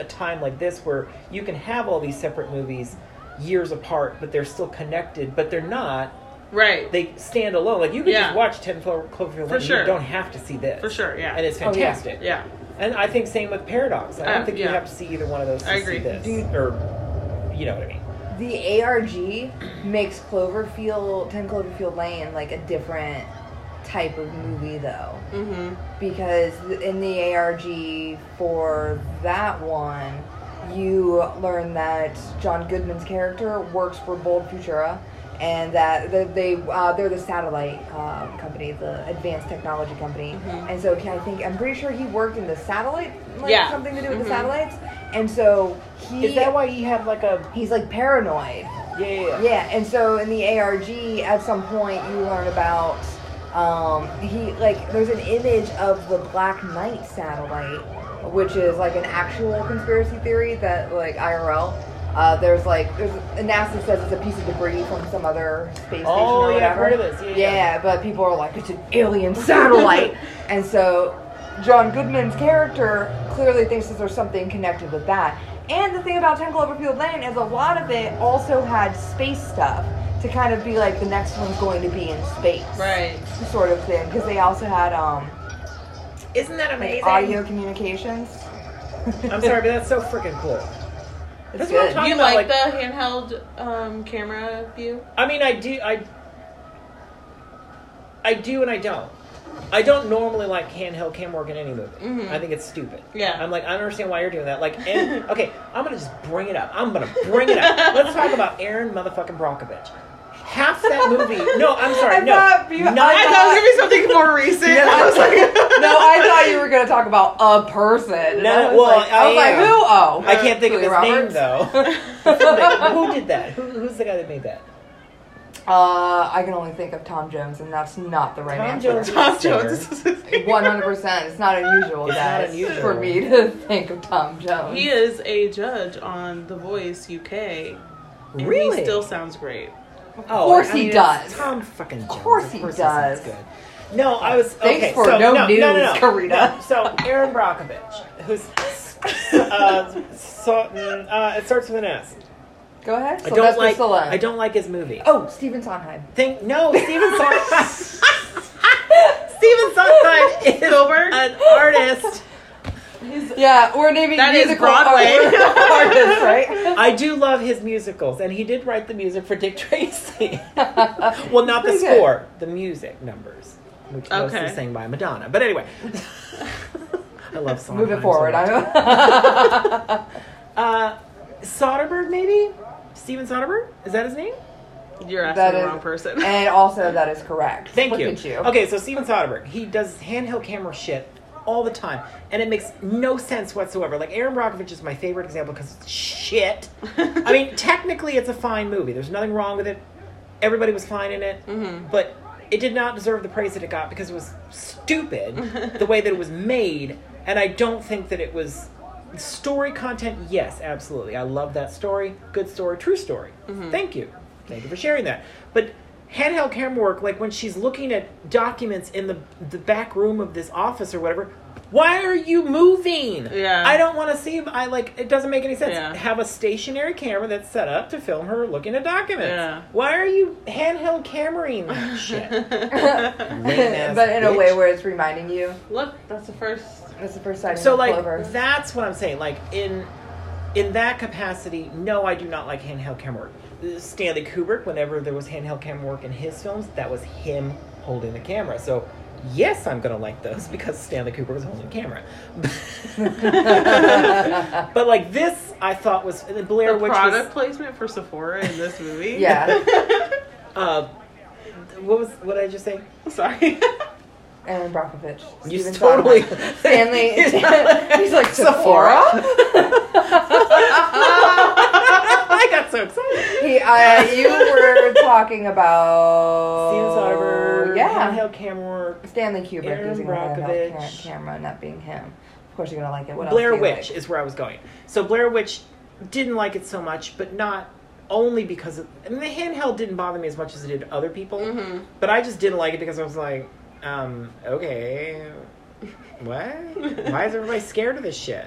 Speaker 4: a time like this where you can have all these separate movies years apart but they're still connected but they're not
Speaker 5: (laughs) Right.
Speaker 4: they stand alone. Like you can
Speaker 5: Yeah.
Speaker 4: just watch Ten Clo- Cloverfield
Speaker 5: For
Speaker 4: Lane.
Speaker 5: sure.
Speaker 4: You don't have to see this
Speaker 5: For sure, yeah.
Speaker 4: and it's
Speaker 2: Oh, yeah.
Speaker 4: fantastic.
Speaker 5: yeah.
Speaker 4: and I think same with Paradox. I don't
Speaker 5: Uh,
Speaker 4: think
Speaker 5: yeah.
Speaker 4: you have to see either one of those. To
Speaker 5: I agree.
Speaker 4: See this.
Speaker 2: Dude.
Speaker 4: Or you know what I mean.
Speaker 2: the ARG makes Cloverfield, Ten Cloverfield Lane, like a different type of movie though.
Speaker 5: Mm-hmm.
Speaker 2: because in the ARG for that one, you learn that John Goodman's character works for Bold Futura, and that the- they uh, they're the satellite uh, company, the advanced technology company,
Speaker 4: Mm-hmm.
Speaker 2: and so I think I'm pretty sure he worked in the satellite, like
Speaker 5: Yeah.
Speaker 2: something to do with
Speaker 5: Mhm.
Speaker 2: the satellites, and so he
Speaker 4: Mm-hmm. Is that why he had like a
Speaker 2: he's like paranoid.
Speaker 4: yeah yeah yeah?
Speaker 2: Yeah, and so in the ARG, at some point, you learn about um, he like there's an image of the Black Knight satellite, which is like an actual conspiracy theory that like IRL. Uh, there's like there's NASA says it's a piece of debris from some other space
Speaker 4: Oh,
Speaker 2: station or
Speaker 4: yeah, I've
Speaker 2: whatever.
Speaker 4: heard of this. Yeah, yeah.
Speaker 2: but people are like it's an alien satellite, and so John Goodman's character clearly thinks that there's something connected with that. And the thing about 10 Cloverfield Lane is a lot of it also had space stuff to kind of be like the next one's going to be in space.
Speaker 5: Right.
Speaker 2: Sort of thing. Because they also had um,
Speaker 4: Isn't that
Speaker 2: like
Speaker 4: amazing?
Speaker 2: audio communications. (laughs)
Speaker 4: I'm sorry, but that's so freaking cool.
Speaker 2: It's
Speaker 4: That's what I'm
Speaker 2: good.
Speaker 4: talking-
Speaker 5: You
Speaker 4: about,
Speaker 5: like,
Speaker 4: like-
Speaker 5: the handheld um, camera view?
Speaker 4: I mean, I do I I do and I don't. I don't normally like handheld cam work in any movie.
Speaker 2: Mm-hmm.
Speaker 5: Mhm.
Speaker 4: I think it's stupid.
Speaker 5: Yeah.
Speaker 4: I'm like, I don't understand why you're doing that. Like, and, (laughs) okay, I'm gonna just bring it up. I'm gonna bring
Speaker 2: (laughs)
Speaker 4: it up. Let's talk about Aaron motherfucking Brockovich. Half
Speaker 2: (laughs)
Speaker 4: that movie. No, I'm sorry.
Speaker 2: I
Speaker 4: no,
Speaker 2: thought you- I
Speaker 4: Not-
Speaker 5: I thought it was gonna be something more recent.
Speaker 2: No,
Speaker 5: I was like,
Speaker 2: (laughs) no, I thought you were going to talk about a person. And
Speaker 4: No,
Speaker 2: I was
Speaker 4: well,
Speaker 2: like, I was
Speaker 4: I
Speaker 2: like,
Speaker 4: am.
Speaker 2: who? Oh.
Speaker 4: (laughs) I can't think of his
Speaker 2: Julia Roberts?
Speaker 4: name
Speaker 2: (laughs)
Speaker 5: (laughs)
Speaker 4: though. Like, who did that? Who, who's the guy that made that?
Speaker 2: Uh, I can only think of Tom Jones, and that's not the right
Speaker 4: Tom
Speaker 2: answer.
Speaker 4: Jones.
Speaker 5: Tom Jones is his name.
Speaker 2: One hundred percent. It's not unusual,
Speaker 4: It's not
Speaker 2: guys,
Speaker 4: unusual.
Speaker 2: for me to (laughs) think of Tom Jones.
Speaker 5: He is a judge on The Voice UK. and
Speaker 4: Really?
Speaker 5: He still sounds great.
Speaker 4: Oh,
Speaker 2: course he
Speaker 4: it's
Speaker 2: does.
Speaker 4: Tom fucking Jones.
Speaker 2: course he
Speaker 4: sounds
Speaker 2: does.
Speaker 4: Good. No, I was.
Speaker 2: Thanks
Speaker 4: okay,
Speaker 2: for
Speaker 4: so,
Speaker 2: no
Speaker 4: no
Speaker 2: news,
Speaker 4: no, no, no.
Speaker 2: Karina.
Speaker 4: No, so Aaron Brockovich, who's uh, so, mm, uh, it starts with an S.
Speaker 2: Go ahead.
Speaker 4: I don't
Speaker 2: Sylvester
Speaker 4: like.
Speaker 2: Stallone.
Speaker 4: I don't like his movie.
Speaker 2: Oh, Stephen Sondheim.
Speaker 4: Think no, Steven Sondheim. (laughs)
Speaker 5: Steven Sondheim is Spielberg.
Speaker 4: an artist.
Speaker 2: Yeah, we're naming
Speaker 5: That is
Speaker 2: musical
Speaker 5: Broadway. (laughs)
Speaker 2: artists, right?
Speaker 4: I do love his musicals, and he did write the music for Dick Tracy. (laughs) (laughs) well, not the
Speaker 2: Pretty good.
Speaker 4: score, the music numbers, which was
Speaker 5: Okay.
Speaker 4: mostly sang by Madonna.
Speaker 2: (laughs)
Speaker 4: But anyway, I love Sondheim.
Speaker 2: Move it
Speaker 4: so
Speaker 2: forward.
Speaker 4: much.
Speaker 2: I
Speaker 4: Uh, Soderbergh, maybe? Steven Soderbergh? Is that his name?
Speaker 5: You're asking
Speaker 2: (laughs) That
Speaker 5: the
Speaker 2: is-
Speaker 5: wrong person.
Speaker 2: and also that is correct.
Speaker 4: Thank
Speaker 2: Look
Speaker 4: you.
Speaker 2: At you.
Speaker 4: Okay, so Steven Soderbergh, he does handheld camera shit all the time, and it makes no sense whatsoever. Like Aaron Brockovich is my favorite example because it's
Speaker 2: (laughs)
Speaker 4: shit. I mean, technically, it's a fine movie. There's nothing wrong with it. Everybody was fine in it,
Speaker 2: Mm-hmm.
Speaker 4: but it did not deserve the praise that it got because it was stupid the way that it was made, and I don't think that it was story content. Yes, absolutely, I love that story. Good story, true story.
Speaker 2: Mm-hmm.
Speaker 4: Thank you, thank you for sharing that. But handheld camera work, like when she's looking at documents in the the back room of this office or whatever. Why are you moving?
Speaker 5: Yeah.
Speaker 4: I don't want to see. I like it doesn't make any sense
Speaker 5: Yeah.
Speaker 4: have a stationary camera that's set up to film her looking at documents.
Speaker 5: Yeah.
Speaker 4: Why are you handheld
Speaker 5: (laughs)
Speaker 4: cameraing that shit?
Speaker 2: (laughs)
Speaker 4: Lame-ass
Speaker 2: but in a way
Speaker 4: bitch.
Speaker 2: where it's reminding you.
Speaker 5: Look, that's the first
Speaker 2: That's the first time.
Speaker 4: so
Speaker 2: you
Speaker 4: like
Speaker 2: Clover.
Speaker 4: that's what I'm saying. Like in in that capacity, no, I do not like handheld camera work. Stanley Kubrick, whenever there was handheld camera work in his films, that was him holding the camera. So yes, I'm gonna like those (laughs) because Stanley Kubrick was holding the camera. (laughs) but like this, I thought was and Blair
Speaker 5: the
Speaker 4: Witch
Speaker 5: product
Speaker 4: was,
Speaker 5: placement for Sephora in this movie.
Speaker 2: yeah,
Speaker 4: uh, what was what did I just say?
Speaker 5: (laughs)
Speaker 2: (laughs)
Speaker 5: Sorry. (laughs)
Speaker 2: Aaron Brockovich.
Speaker 4: You
Speaker 2: Stephen
Speaker 4: totally
Speaker 2: Sondheim. Stanley.
Speaker 4: (laughs)
Speaker 2: (laughs) he's like
Speaker 5: Oh.
Speaker 4: I got so excited.
Speaker 2: (laughs) He, uh, you were talking about
Speaker 4: Steven
Speaker 5: Oh,
Speaker 4: Soderbergh,
Speaker 2: Yeah,
Speaker 4: handheld camera work.
Speaker 2: Stanley Kubrick
Speaker 4: Aaron
Speaker 2: using a handheld ca-
Speaker 4: Brockovich.
Speaker 2: camera, not being him. Of course, you're gonna like it. What
Speaker 4: Blair
Speaker 2: else do you
Speaker 4: Witch
Speaker 2: Like?
Speaker 4: is where I was going. So Blair Witch didn't like it so much, but not only because of, I mean the handheld didn't bother me as much as it did other people,
Speaker 5: Mm-hmm.
Speaker 4: but I just didn't like it because I was like, um, okay, what? Why is everybody scared of this shit?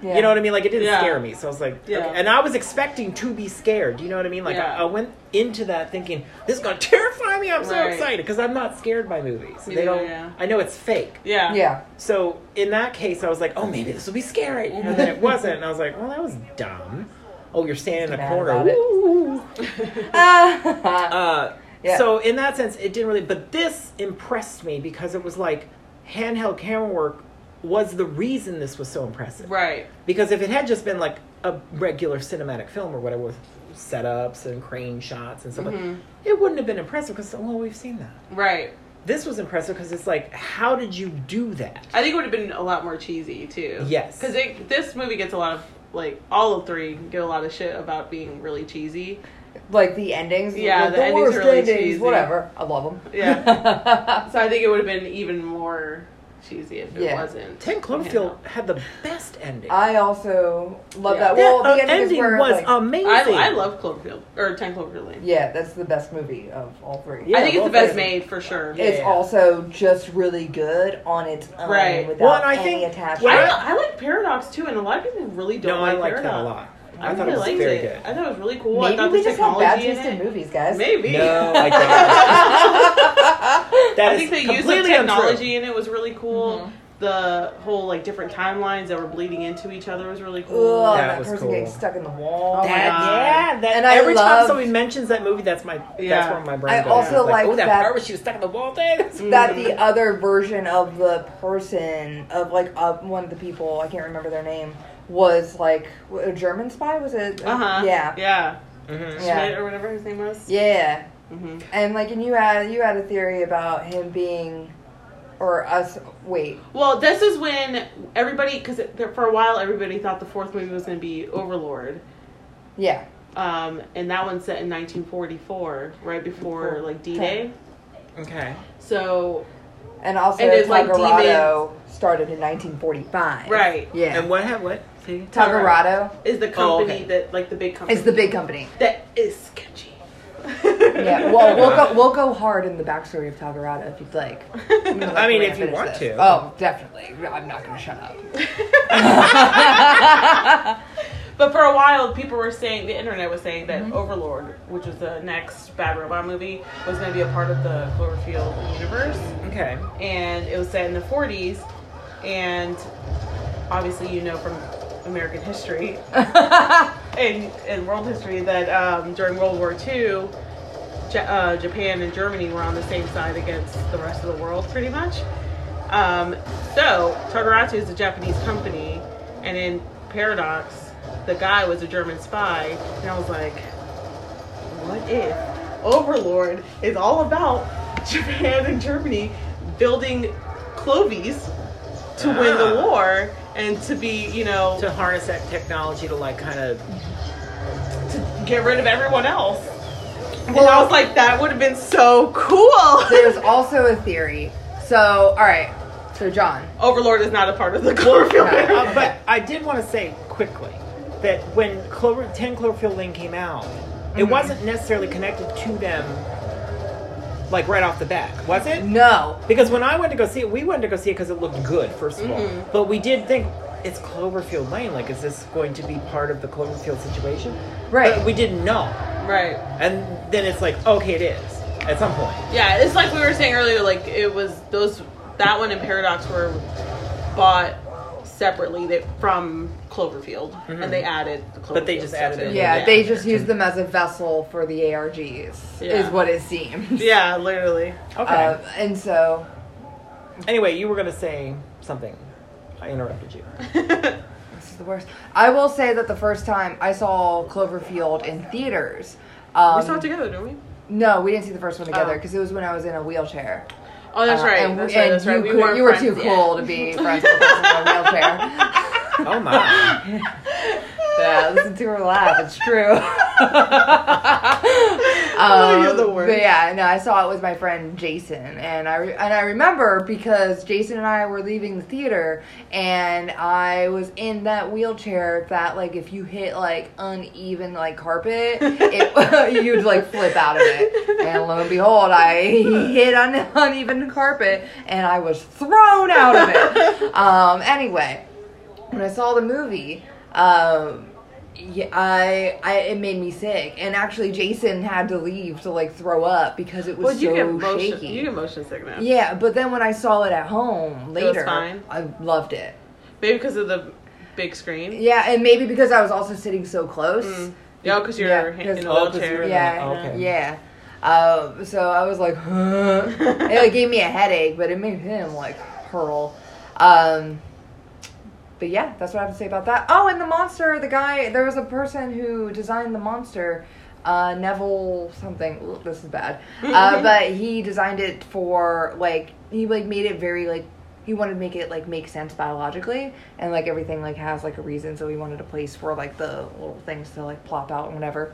Speaker 2: Yeah.
Speaker 4: You know what I mean? Like it didn't
Speaker 5: Yeah.
Speaker 4: scare me, so I was like,
Speaker 5: Yeah.
Speaker 4: okay. and I was expecting to be scared. You know what I mean? Like I,
Speaker 5: Yeah.
Speaker 4: I went into that thinking this is gonna (laughs) terrify me. I'm so
Speaker 5: Right.
Speaker 4: excited because I'm not scared by movies.
Speaker 5: Me
Speaker 4: they
Speaker 5: neither,
Speaker 4: don't.
Speaker 5: yeah.
Speaker 4: I know it's fake.
Speaker 5: Yeah.
Speaker 2: Yeah.
Speaker 4: So in that case, I was like, oh, maybe this will be scary, and then it wasn't, and I was like, well, that was dumb. Oh, you're standing in a
Speaker 2: Mad
Speaker 4: corner.
Speaker 2: about it.
Speaker 4: Ooh.
Speaker 2: (laughs) Ah,
Speaker 4: Uh,
Speaker 2: Yeah.
Speaker 4: So in that sense, it didn't really. But this impressed me because it was like handheld camera work was the reason this was so impressive.
Speaker 5: Right.
Speaker 4: Because if it had just been like a regular cinematic film or whatever with setups and crane shots and stuff, like-
Speaker 2: Mm-hmm.
Speaker 4: it wouldn't have been impressive because well, we've seen that.
Speaker 5: Right.
Speaker 4: This was impressive because it's like, how did you do that?
Speaker 5: I think it would have been a lot more cheesy too.
Speaker 4: Yes.
Speaker 5: Because this movie gets a lot of like all of three get a lot of shit about being really cheesy.
Speaker 2: like the endings.
Speaker 5: Yeah,
Speaker 2: like
Speaker 5: the endings
Speaker 2: worst
Speaker 5: are really
Speaker 2: endings,
Speaker 5: cheesy.
Speaker 2: Whatever. I love them.
Speaker 5: Yeah. (laughs) so I think it would have been even more cheesy if it
Speaker 2: Yeah.
Speaker 5: wasn't.
Speaker 4: Ten Cloverfield had the best ending.
Speaker 2: (laughs) I also love
Speaker 5: Yeah.
Speaker 2: that. Well,
Speaker 4: that uh,
Speaker 2: the ending, is
Speaker 4: ending
Speaker 2: where,
Speaker 4: was
Speaker 2: like,
Speaker 4: amazing.
Speaker 5: I, I love Cloverfield or Ten Cloverfield Lane.
Speaker 2: Yeah, that's the best movie of all three.
Speaker 4: Yeah,
Speaker 5: I think it's the
Speaker 4: well,
Speaker 5: best
Speaker 4: thank
Speaker 5: made for sure.
Speaker 4: Yeah.
Speaker 2: It's also just really good on its own
Speaker 5: Right.
Speaker 2: without
Speaker 4: Well, and I
Speaker 2: any
Speaker 4: think-
Speaker 2: attachment.
Speaker 5: I,
Speaker 4: Well,
Speaker 5: I like Paradox too, and a lot of people really don't
Speaker 4: No, I
Speaker 5: like
Speaker 4: liked that
Speaker 5: Paradox.
Speaker 4: a lot.
Speaker 5: I,
Speaker 4: I, thought
Speaker 5: really
Speaker 4: it was
Speaker 5: liked
Speaker 4: very
Speaker 5: it.
Speaker 4: good.
Speaker 5: I thought it was really cool. I
Speaker 2: Maybe
Speaker 5: thought
Speaker 2: we
Speaker 5: the
Speaker 2: just have
Speaker 5: technology
Speaker 2: bad taste
Speaker 5: in
Speaker 2: in
Speaker 5: it.
Speaker 2: movies, guys.
Speaker 4: (laughs)
Speaker 5: Maybe. (laughs)
Speaker 4: No, I don't. That
Speaker 5: I think
Speaker 4: is
Speaker 5: the use of
Speaker 4: completely
Speaker 5: technology in it was really cool.
Speaker 2: Mm-hmm.
Speaker 5: The whole like different timelines that were bleeding into each other was really cool.
Speaker 2: Ugh,
Speaker 4: That
Speaker 2: that,
Speaker 4: was
Speaker 2: person
Speaker 4: cool. Oh
Speaker 2: getting stuck in the wall.
Speaker 4: That,
Speaker 5: God.
Speaker 4: yeah, that
Speaker 2: And I
Speaker 4: every time
Speaker 2: loved-
Speaker 4: somebody mentions that movie, that's my
Speaker 5: Yeah.
Speaker 4: that's where my brain
Speaker 2: I
Speaker 4: goes.
Speaker 2: also
Speaker 4: It's like,
Speaker 2: like
Speaker 4: oh, that,
Speaker 2: that-
Speaker 4: part where she was stuck in the wall thing. (laughs)
Speaker 2: that
Speaker 4: Mm.
Speaker 2: the other version of the person of like uh, one of the people I can't remember their name was like a German spy was it?
Speaker 5: Uh
Speaker 4: Uh-huh.
Speaker 5: huh.
Speaker 2: Yeah.
Speaker 5: Yeah.
Speaker 2: Yeah.
Speaker 4: Mhm.
Speaker 5: Schmidt or whatever his name was.
Speaker 2: Yeah.
Speaker 5: Mhm.
Speaker 2: And like, and you had you had a theory about him being, or us. Wait,
Speaker 5: Well, this is when everybody, because for a while everybody thought the fourth movie was going to be Overlord,
Speaker 2: yeah,
Speaker 5: um, and that one's set in 1944, right before
Speaker 2: Before.
Speaker 5: like D-Day.
Speaker 4: Okay.
Speaker 5: So
Speaker 2: and also
Speaker 5: And it's, like,
Speaker 2: Tagarado started in 1945.
Speaker 5: Right.
Speaker 2: Yeah.
Speaker 4: And what had what? See?
Speaker 2: Tagarado
Speaker 5: is the company
Speaker 4: Oh, okay.
Speaker 5: that like the big company
Speaker 2: is the big company.
Speaker 5: that is sketchy.
Speaker 2: yeah, well, we'll go we'll go hard in the backstory of Talgarada if you'd
Speaker 4: (laughs)
Speaker 2: like. I'm gonna let
Speaker 4: I mean,
Speaker 2: Maria
Speaker 4: if you
Speaker 2: finish
Speaker 4: want
Speaker 2: this.
Speaker 4: to.
Speaker 2: Oh, definitely. I'm not gonna shut up.
Speaker 5: But for a while, people were saying the internet was saying that Overlord, which was the next Bad Robot movie, was going to be a part of the Cloverfield universe,
Speaker 4: Okay.
Speaker 5: and it was set in the 40s. And obviously, you know from American history and, and world history that um, during World War II, Ja- uh, Japan and Germany were on the same side against the rest of the world, pretty much. Um, so Togaratsu is a Japanese company, and in Paradox, the guy was a German spy, and I was like, what if Overlord is all about (laughs) Japan and Germany building Clovies to win the
Speaker 4: Ah.
Speaker 5: war and to be, you know,
Speaker 4: To harness that technology to like kind of
Speaker 5: to get rid of everyone else. and I was like, that would have been so cool. (laughs)
Speaker 2: There's also a theory. So, all right. So, John.
Speaker 5: Overlord is not a part of the Cloverfield. (laughs)
Speaker 2: No.
Speaker 5: era.
Speaker 4: Uh, but I did want to say quickly that when Clover, 10 Cloverfield Lane came out, it wasn't necessarily connected to them, like right off the bat, was it?
Speaker 2: No.
Speaker 4: Because when I went to go see it, we went to go see it because it looked good, first of all. But we did think it's Cloverfield Lane. Like, is this going to be part of the Cloverfield situation?
Speaker 2: Right.
Speaker 4: But we didn't know.
Speaker 5: Right.
Speaker 4: And then it's like, okay, it is at some point.
Speaker 5: Yeah, it's like we were saying earlier, like it was those that one and Paradox were bought separately that from Cloverfield and Mm-hmm. they added the Cloverfield.
Speaker 4: But they just
Speaker 5: stuff
Speaker 4: added
Speaker 5: in.
Speaker 4: it.
Speaker 2: Yeah,
Speaker 4: Yeah.
Speaker 2: they just use them as a vessel for the ARGs, is
Speaker 5: Yeah.
Speaker 2: what it seems.
Speaker 5: (laughs) Yeah, literally.
Speaker 4: Okay.
Speaker 2: Uh, and so,
Speaker 4: anyway, you were going to say something. I interrupted you.
Speaker 2: this is the worst. I will say that the first time I saw Cloverfield in theaters, um,
Speaker 5: we saw it together, didn't we?
Speaker 2: no, we didn't see the first one together
Speaker 5: Oh.
Speaker 2: because it was when I was in a wheelchair.
Speaker 5: Oh, that's
Speaker 2: Uh,
Speaker 5: right.
Speaker 2: And,
Speaker 5: that's
Speaker 2: and
Speaker 5: right. That's
Speaker 2: you,
Speaker 5: right. We
Speaker 2: could-
Speaker 5: weren't
Speaker 2: you were
Speaker 5: friends
Speaker 2: too
Speaker 5: yet.
Speaker 2: cool to be friends with a person in a
Speaker 5: (laughs)
Speaker 2: wheelchair.
Speaker 4: Oh, (laughs) my.
Speaker 2: Yeah, listen to her laugh. It's true.
Speaker 5: Oh, (laughs) you're
Speaker 2: Um,
Speaker 5: the
Speaker 2: But
Speaker 5: worst.
Speaker 2: yeah, no, I saw it with my friend Jason, and I re- and I remember because Jason and I were leaving the theater, and I was in that wheelchair that like if you hit like uneven like carpet, it, (laughs) you'd like flip out of it. And lo and behold, I hit on uneven carpet, and I was thrown out of it. Um, anyway when I saw the movie, um, yeah, I, I it made me sick. And actually, Jason had to leave to like throw up because it was
Speaker 5: Well, you
Speaker 2: so
Speaker 5: get motion.
Speaker 2: shaky.
Speaker 5: You get motion sickness.
Speaker 2: yeah, but then when I saw it at home
Speaker 5: was
Speaker 2: later,
Speaker 5: fine.
Speaker 2: I loved it.
Speaker 5: Maybe because of the big screen.
Speaker 2: Yeah, and maybe because I was also sitting so close.
Speaker 5: Mm. Yeah, because you're
Speaker 2: Yeah,
Speaker 5: in
Speaker 2: 'cause-
Speaker 5: a
Speaker 4: Oh, 'cause you're
Speaker 5: wheelchair.
Speaker 4: in
Speaker 2: Yeah,
Speaker 4: Oh, okay.
Speaker 2: yeah. Um, so I was like, (laughs) huh. it like, gave me a headache, but it made him like hurl. Um, but yeah, that's what I have to say about that. Oh, and the monster, the guy, there was a person who designed the monster, uh, Neville something. Ooh, this is bad. Uh, but he designed it for like he like made it very like he wanted to make it like make sense biologically and like everything like has like a reason. So he wanted a place for like the little things to like plop out and whatever.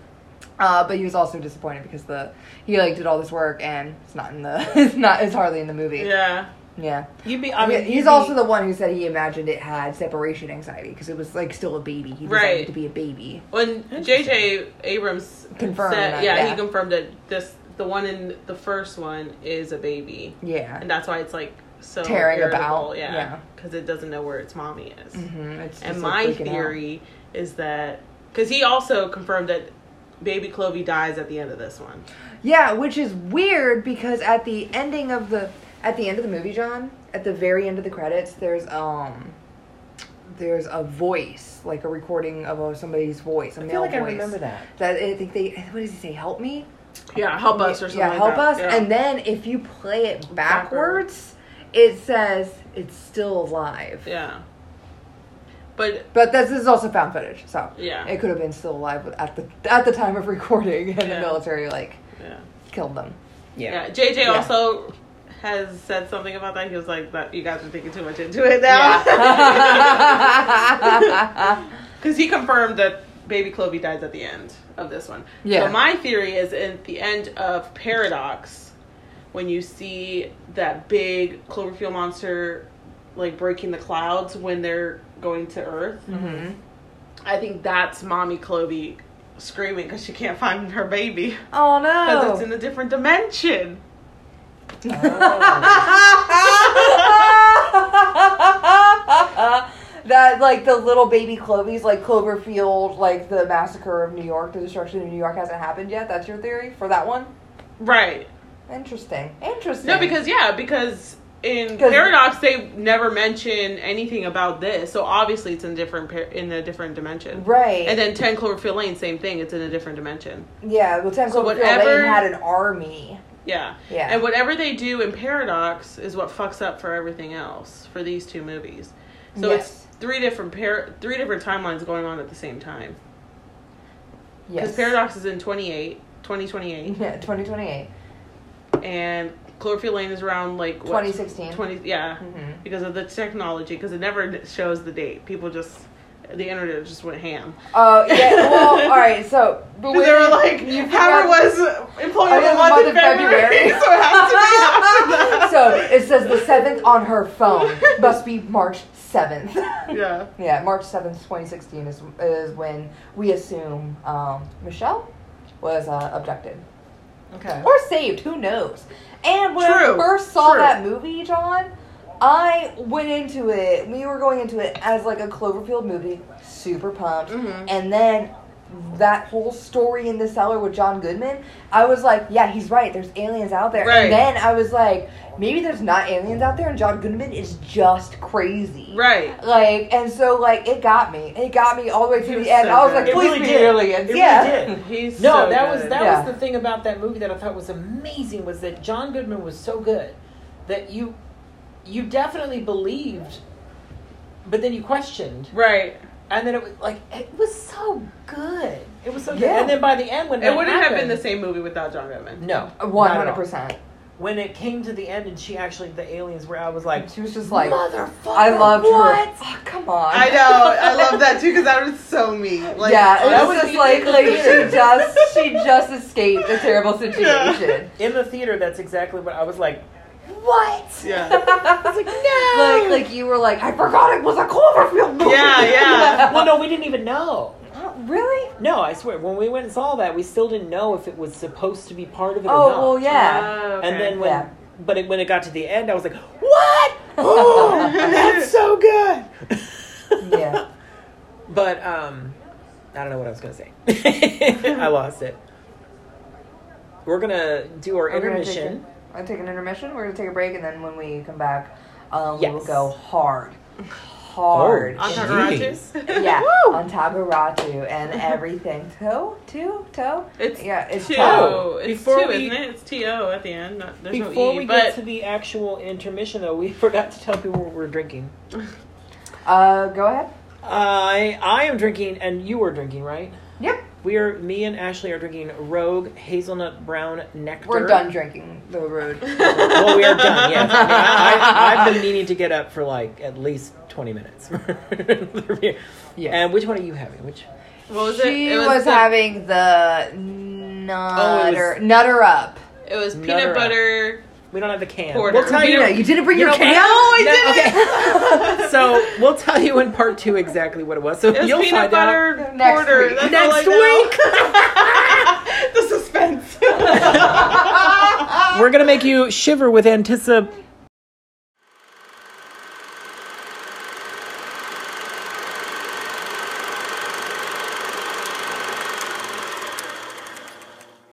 Speaker 2: Uh, but he was also disappointed because the he like did all this work and it's not in the (laughs) it's not it's hardly in the movie.
Speaker 5: Yeah.
Speaker 2: Yeah.
Speaker 4: You'd be, I mean,
Speaker 2: he's
Speaker 4: you'd be-
Speaker 2: also the one who said he imagined it had separation anxiety because it was like still a baby. He designed
Speaker 5: Right.
Speaker 2: it to be a baby.
Speaker 5: When J.J. Abrams
Speaker 2: Confirmed
Speaker 5: said,
Speaker 2: that,
Speaker 5: yeah,
Speaker 2: yeah.
Speaker 5: he confirmed that this the one in the first one is a baby,
Speaker 2: Yeah.
Speaker 5: and that's why it's like so
Speaker 2: Tearing
Speaker 5: irritable,
Speaker 2: about, yeah.
Speaker 5: yeah, because it doesn't know where its mommy is.
Speaker 2: Mhm, it's just,
Speaker 5: And
Speaker 2: like,
Speaker 5: my
Speaker 2: freaking out.
Speaker 5: theory is that because he also confirmed that baby Clovey dies at the end of this one.
Speaker 2: Yeah, which is weird because at the ending of the at the end of the movie, John, at the very end of the credits, there's um there's a voice, like a recording of uh, somebody's voice, a
Speaker 4: I
Speaker 2: male
Speaker 4: feel like I
Speaker 2: voice.
Speaker 4: remember that.
Speaker 2: That I think they what does he say? Help me.
Speaker 5: Yeah, help us or something.
Speaker 2: Yeah,
Speaker 5: like
Speaker 2: help
Speaker 5: that.
Speaker 2: us.
Speaker 5: Yeah.
Speaker 2: And then if you play it backwards, it says it's still alive.
Speaker 5: yeah, but
Speaker 2: But this is also found footage, so
Speaker 5: Yeah.
Speaker 2: it could have been still alive at the at the time of recording, and the
Speaker 5: Yeah.
Speaker 2: military like
Speaker 5: yeah.
Speaker 2: killed them.
Speaker 5: Yeah,
Speaker 4: Yeah.
Speaker 5: JJ
Speaker 2: Yeah.
Speaker 5: also has said something about that. He was like, "That you guys are thinking too much into it now," (laughs) because he confirmed that baby Clovey dies at the end of this one.
Speaker 2: Yeah.
Speaker 5: So my theory is, in the end of Paradox, when you see that big Cloverfield monster like breaking the clouds when they're going to Earth,
Speaker 2: Mhm.
Speaker 5: I think that's mommy Clovey screaming because she can't find her baby (laughs)
Speaker 2: Oh
Speaker 5: because it's
Speaker 2: no.
Speaker 5: in a different dimension.
Speaker 2: (laughs) that like the little baby Clovies, like Cloverfield, like the massacre of New York, the destruction of New York hasn't happened yet. That's your theory for that one.
Speaker 5: Right.
Speaker 2: Interesting. Interesting.
Speaker 5: No, because yeah, because in
Speaker 2: 'Cause-
Speaker 5: Paradox they never mention anything about this, so obviously it's in a different par- in a different dimension.
Speaker 2: right.
Speaker 5: And then Ten Cloverfield Lane, same thing. It's in a different dimension.
Speaker 2: yeah, well, Ten
Speaker 5: So
Speaker 2: Cloverfield
Speaker 5: whatever-
Speaker 2: Lane had an army.
Speaker 5: Yeah.
Speaker 2: Yeah.
Speaker 5: And whatever they do in Paradox is what fucks up for everything else for these two movies. So
Speaker 2: Yes.
Speaker 5: it's three different par- three different timelines going on at the same time. Because
Speaker 2: Yes.
Speaker 5: Paradox is in 28, 2028,
Speaker 2: (laughs) Yeah, 2028,
Speaker 5: and Cloverfield Lane is around like what,
Speaker 2: 2016.
Speaker 5: 20 yeah.
Speaker 2: Mhm.
Speaker 5: Because of the technology, because it never shows the date. People just the internet just went ham.
Speaker 2: Oh yeah. Well, (laughs) all right. So but
Speaker 5: They were like,
Speaker 2: you
Speaker 5: Howard
Speaker 2: (laughs) forgot-
Speaker 5: was employed
Speaker 2: Oh,
Speaker 5: a
Speaker 2: yeah, the
Speaker 5: month in
Speaker 2: month of
Speaker 5: February, (laughs)
Speaker 2: February.
Speaker 5: so it has to be after that.
Speaker 2: so it says the seventh on her phone must be March
Speaker 5: (laughs)
Speaker 2: seventh. (laughs)
Speaker 5: Yeah.
Speaker 2: yeah, March seventh, twenty sixteen is is when we assume um, Michelle was uh, abducted
Speaker 4: Okay.
Speaker 2: or saved. Who knows? And when I
Speaker 5: True,
Speaker 2: first saw
Speaker 5: true.
Speaker 2: that movie, John, I went into it. We were going into it as like a Cloverfield movie, super pumped,
Speaker 5: Mm-hmm.
Speaker 2: and then. That whole story in the cellar with John Goodman, I was like, yeah, he's right. There's aliens out there.
Speaker 5: Right.
Speaker 2: And then I was like, maybe there's not aliens out there, and John Goodman is just crazy.
Speaker 5: Right.
Speaker 2: Like, and so like it got me. It got me all the way to
Speaker 5: He
Speaker 2: the
Speaker 5: was
Speaker 2: end.
Speaker 5: so
Speaker 2: I was like,
Speaker 5: good.
Speaker 4: It
Speaker 2: please
Speaker 4: really
Speaker 2: be
Speaker 4: did.
Speaker 2: aliens.
Speaker 4: It
Speaker 2: yeah.
Speaker 4: really did.
Speaker 5: He's
Speaker 4: No,
Speaker 5: so
Speaker 4: that was
Speaker 5: good.
Speaker 4: that
Speaker 2: Yeah.
Speaker 4: was the thing about that movie that I thought was amazing was that John Goodman was so good that you you definitely believed, but then you questioned,
Speaker 5: right.
Speaker 4: and then it was like it was so good. It was so good,
Speaker 2: Yeah.
Speaker 4: and then by the end when
Speaker 5: It
Speaker 4: that
Speaker 5: wouldn't have been
Speaker 4: happened-
Speaker 5: the same movie without John Goodman.
Speaker 4: No,
Speaker 2: One
Speaker 4: not at
Speaker 2: hundred
Speaker 4: all.
Speaker 2: percent.
Speaker 4: When it came to the end and she actually the aliens were, I was like,
Speaker 2: She was just like,
Speaker 4: motherfucker,
Speaker 2: I loved
Speaker 4: what?
Speaker 2: her. Oh, come on.
Speaker 5: (laughs) I know. I
Speaker 2: (laughs)
Speaker 5: love that too because that was so me. Like,
Speaker 2: yeah, it
Speaker 4: that
Speaker 2: was
Speaker 4: was
Speaker 2: just
Speaker 4: me
Speaker 2: like
Speaker 4: in the
Speaker 2: like
Speaker 4: theater. (laughs)
Speaker 2: she just she just escaped a terrible situation.
Speaker 4: In the theater, that's exactly what I was
Speaker 2: (laughs)
Speaker 4: like. What?
Speaker 5: Yeah.
Speaker 2: Like like you were like I forgot it was a Cloverfield movie.
Speaker 5: Yeah,
Speaker 2: (laughs)
Speaker 5: yeah.
Speaker 4: well, no, we didn't even know.
Speaker 2: Oh, really?
Speaker 4: No, I swear, when we went and saw that, we still didn't know if it was supposed to be part of it or not.
Speaker 2: Oh well,
Speaker 5: (laughs)
Speaker 2: yeah.
Speaker 5: Oh, okay.
Speaker 4: And then when,
Speaker 2: Yeah.
Speaker 4: but it, when it got to the end, I was like,
Speaker 2: (laughs)
Speaker 4: "What? Oh, that's so good."
Speaker 2: yeah.
Speaker 4: But um, I don't know what I was gonna say. (laughs) I lost it. We're gonna do our
Speaker 2: We're gonna take
Speaker 4: intermission.
Speaker 2: a- I'll take an intermission. We're gonna take a break, and then when we come back, um, we will
Speaker 4: Yes.
Speaker 2: go hard, hard,
Speaker 4: Oh,
Speaker 5: on
Speaker 4: Jeez. (laughs)
Speaker 5: Takaratu.
Speaker 2: (laughs) yeah,
Speaker 4: Woo!
Speaker 2: on Tagaratu (laughs) and everything. Toe, two, toe.
Speaker 5: It's
Speaker 2: yeah, it's
Speaker 5: two.
Speaker 2: toe.
Speaker 4: Oh,
Speaker 5: it's
Speaker 4: before
Speaker 5: two,
Speaker 4: we-
Speaker 5: isn't it? It's T O at the end. Not, there's
Speaker 4: Before
Speaker 5: no E.
Speaker 4: we
Speaker 5: But
Speaker 4: get to the actual intermission, though, we (laughs) forgot to tell people what we're drinking.
Speaker 2: Uh, go ahead.
Speaker 4: I I am drinking, and you were drinking, right?
Speaker 2: Yep,
Speaker 4: We are. Me and Ashley are drinking Rogue Hazelnut Brown Nectar.
Speaker 2: we're done drinking the (laughs) road.
Speaker 4: Well, we are
Speaker 5: (laughs)
Speaker 4: done. Yes, I mean, I, I, I've been meaning to get up for like at least twenty minutes. (laughs)
Speaker 2: Yeah.
Speaker 4: And which one are you having? Which?
Speaker 5: what was
Speaker 2: she
Speaker 5: it? It
Speaker 2: was,
Speaker 5: the-
Speaker 2: having the nutter
Speaker 4: was-
Speaker 2: nutter up.
Speaker 5: It was peanut
Speaker 4: Nutter.
Speaker 5: butter.
Speaker 4: We don't have the can.
Speaker 5: Porter.
Speaker 4: We'll tell you.
Speaker 2: Nina, you didn't bring
Speaker 4: Your
Speaker 2: your
Speaker 4: can?
Speaker 2: can.
Speaker 4: No,
Speaker 2: didn't.
Speaker 4: Okay. so we'll tell you in part two exactly what it was. So
Speaker 5: It was
Speaker 4: you'll
Speaker 5: peanut
Speaker 4: find out.
Speaker 5: butter
Speaker 2: Next
Speaker 5: porter.
Speaker 2: week.
Speaker 5: That's all I know.
Speaker 4: Next
Speaker 5: the
Speaker 4: week, (laughs)
Speaker 5: suspense. (laughs)
Speaker 4: we're gonna make you shiver with anticipation.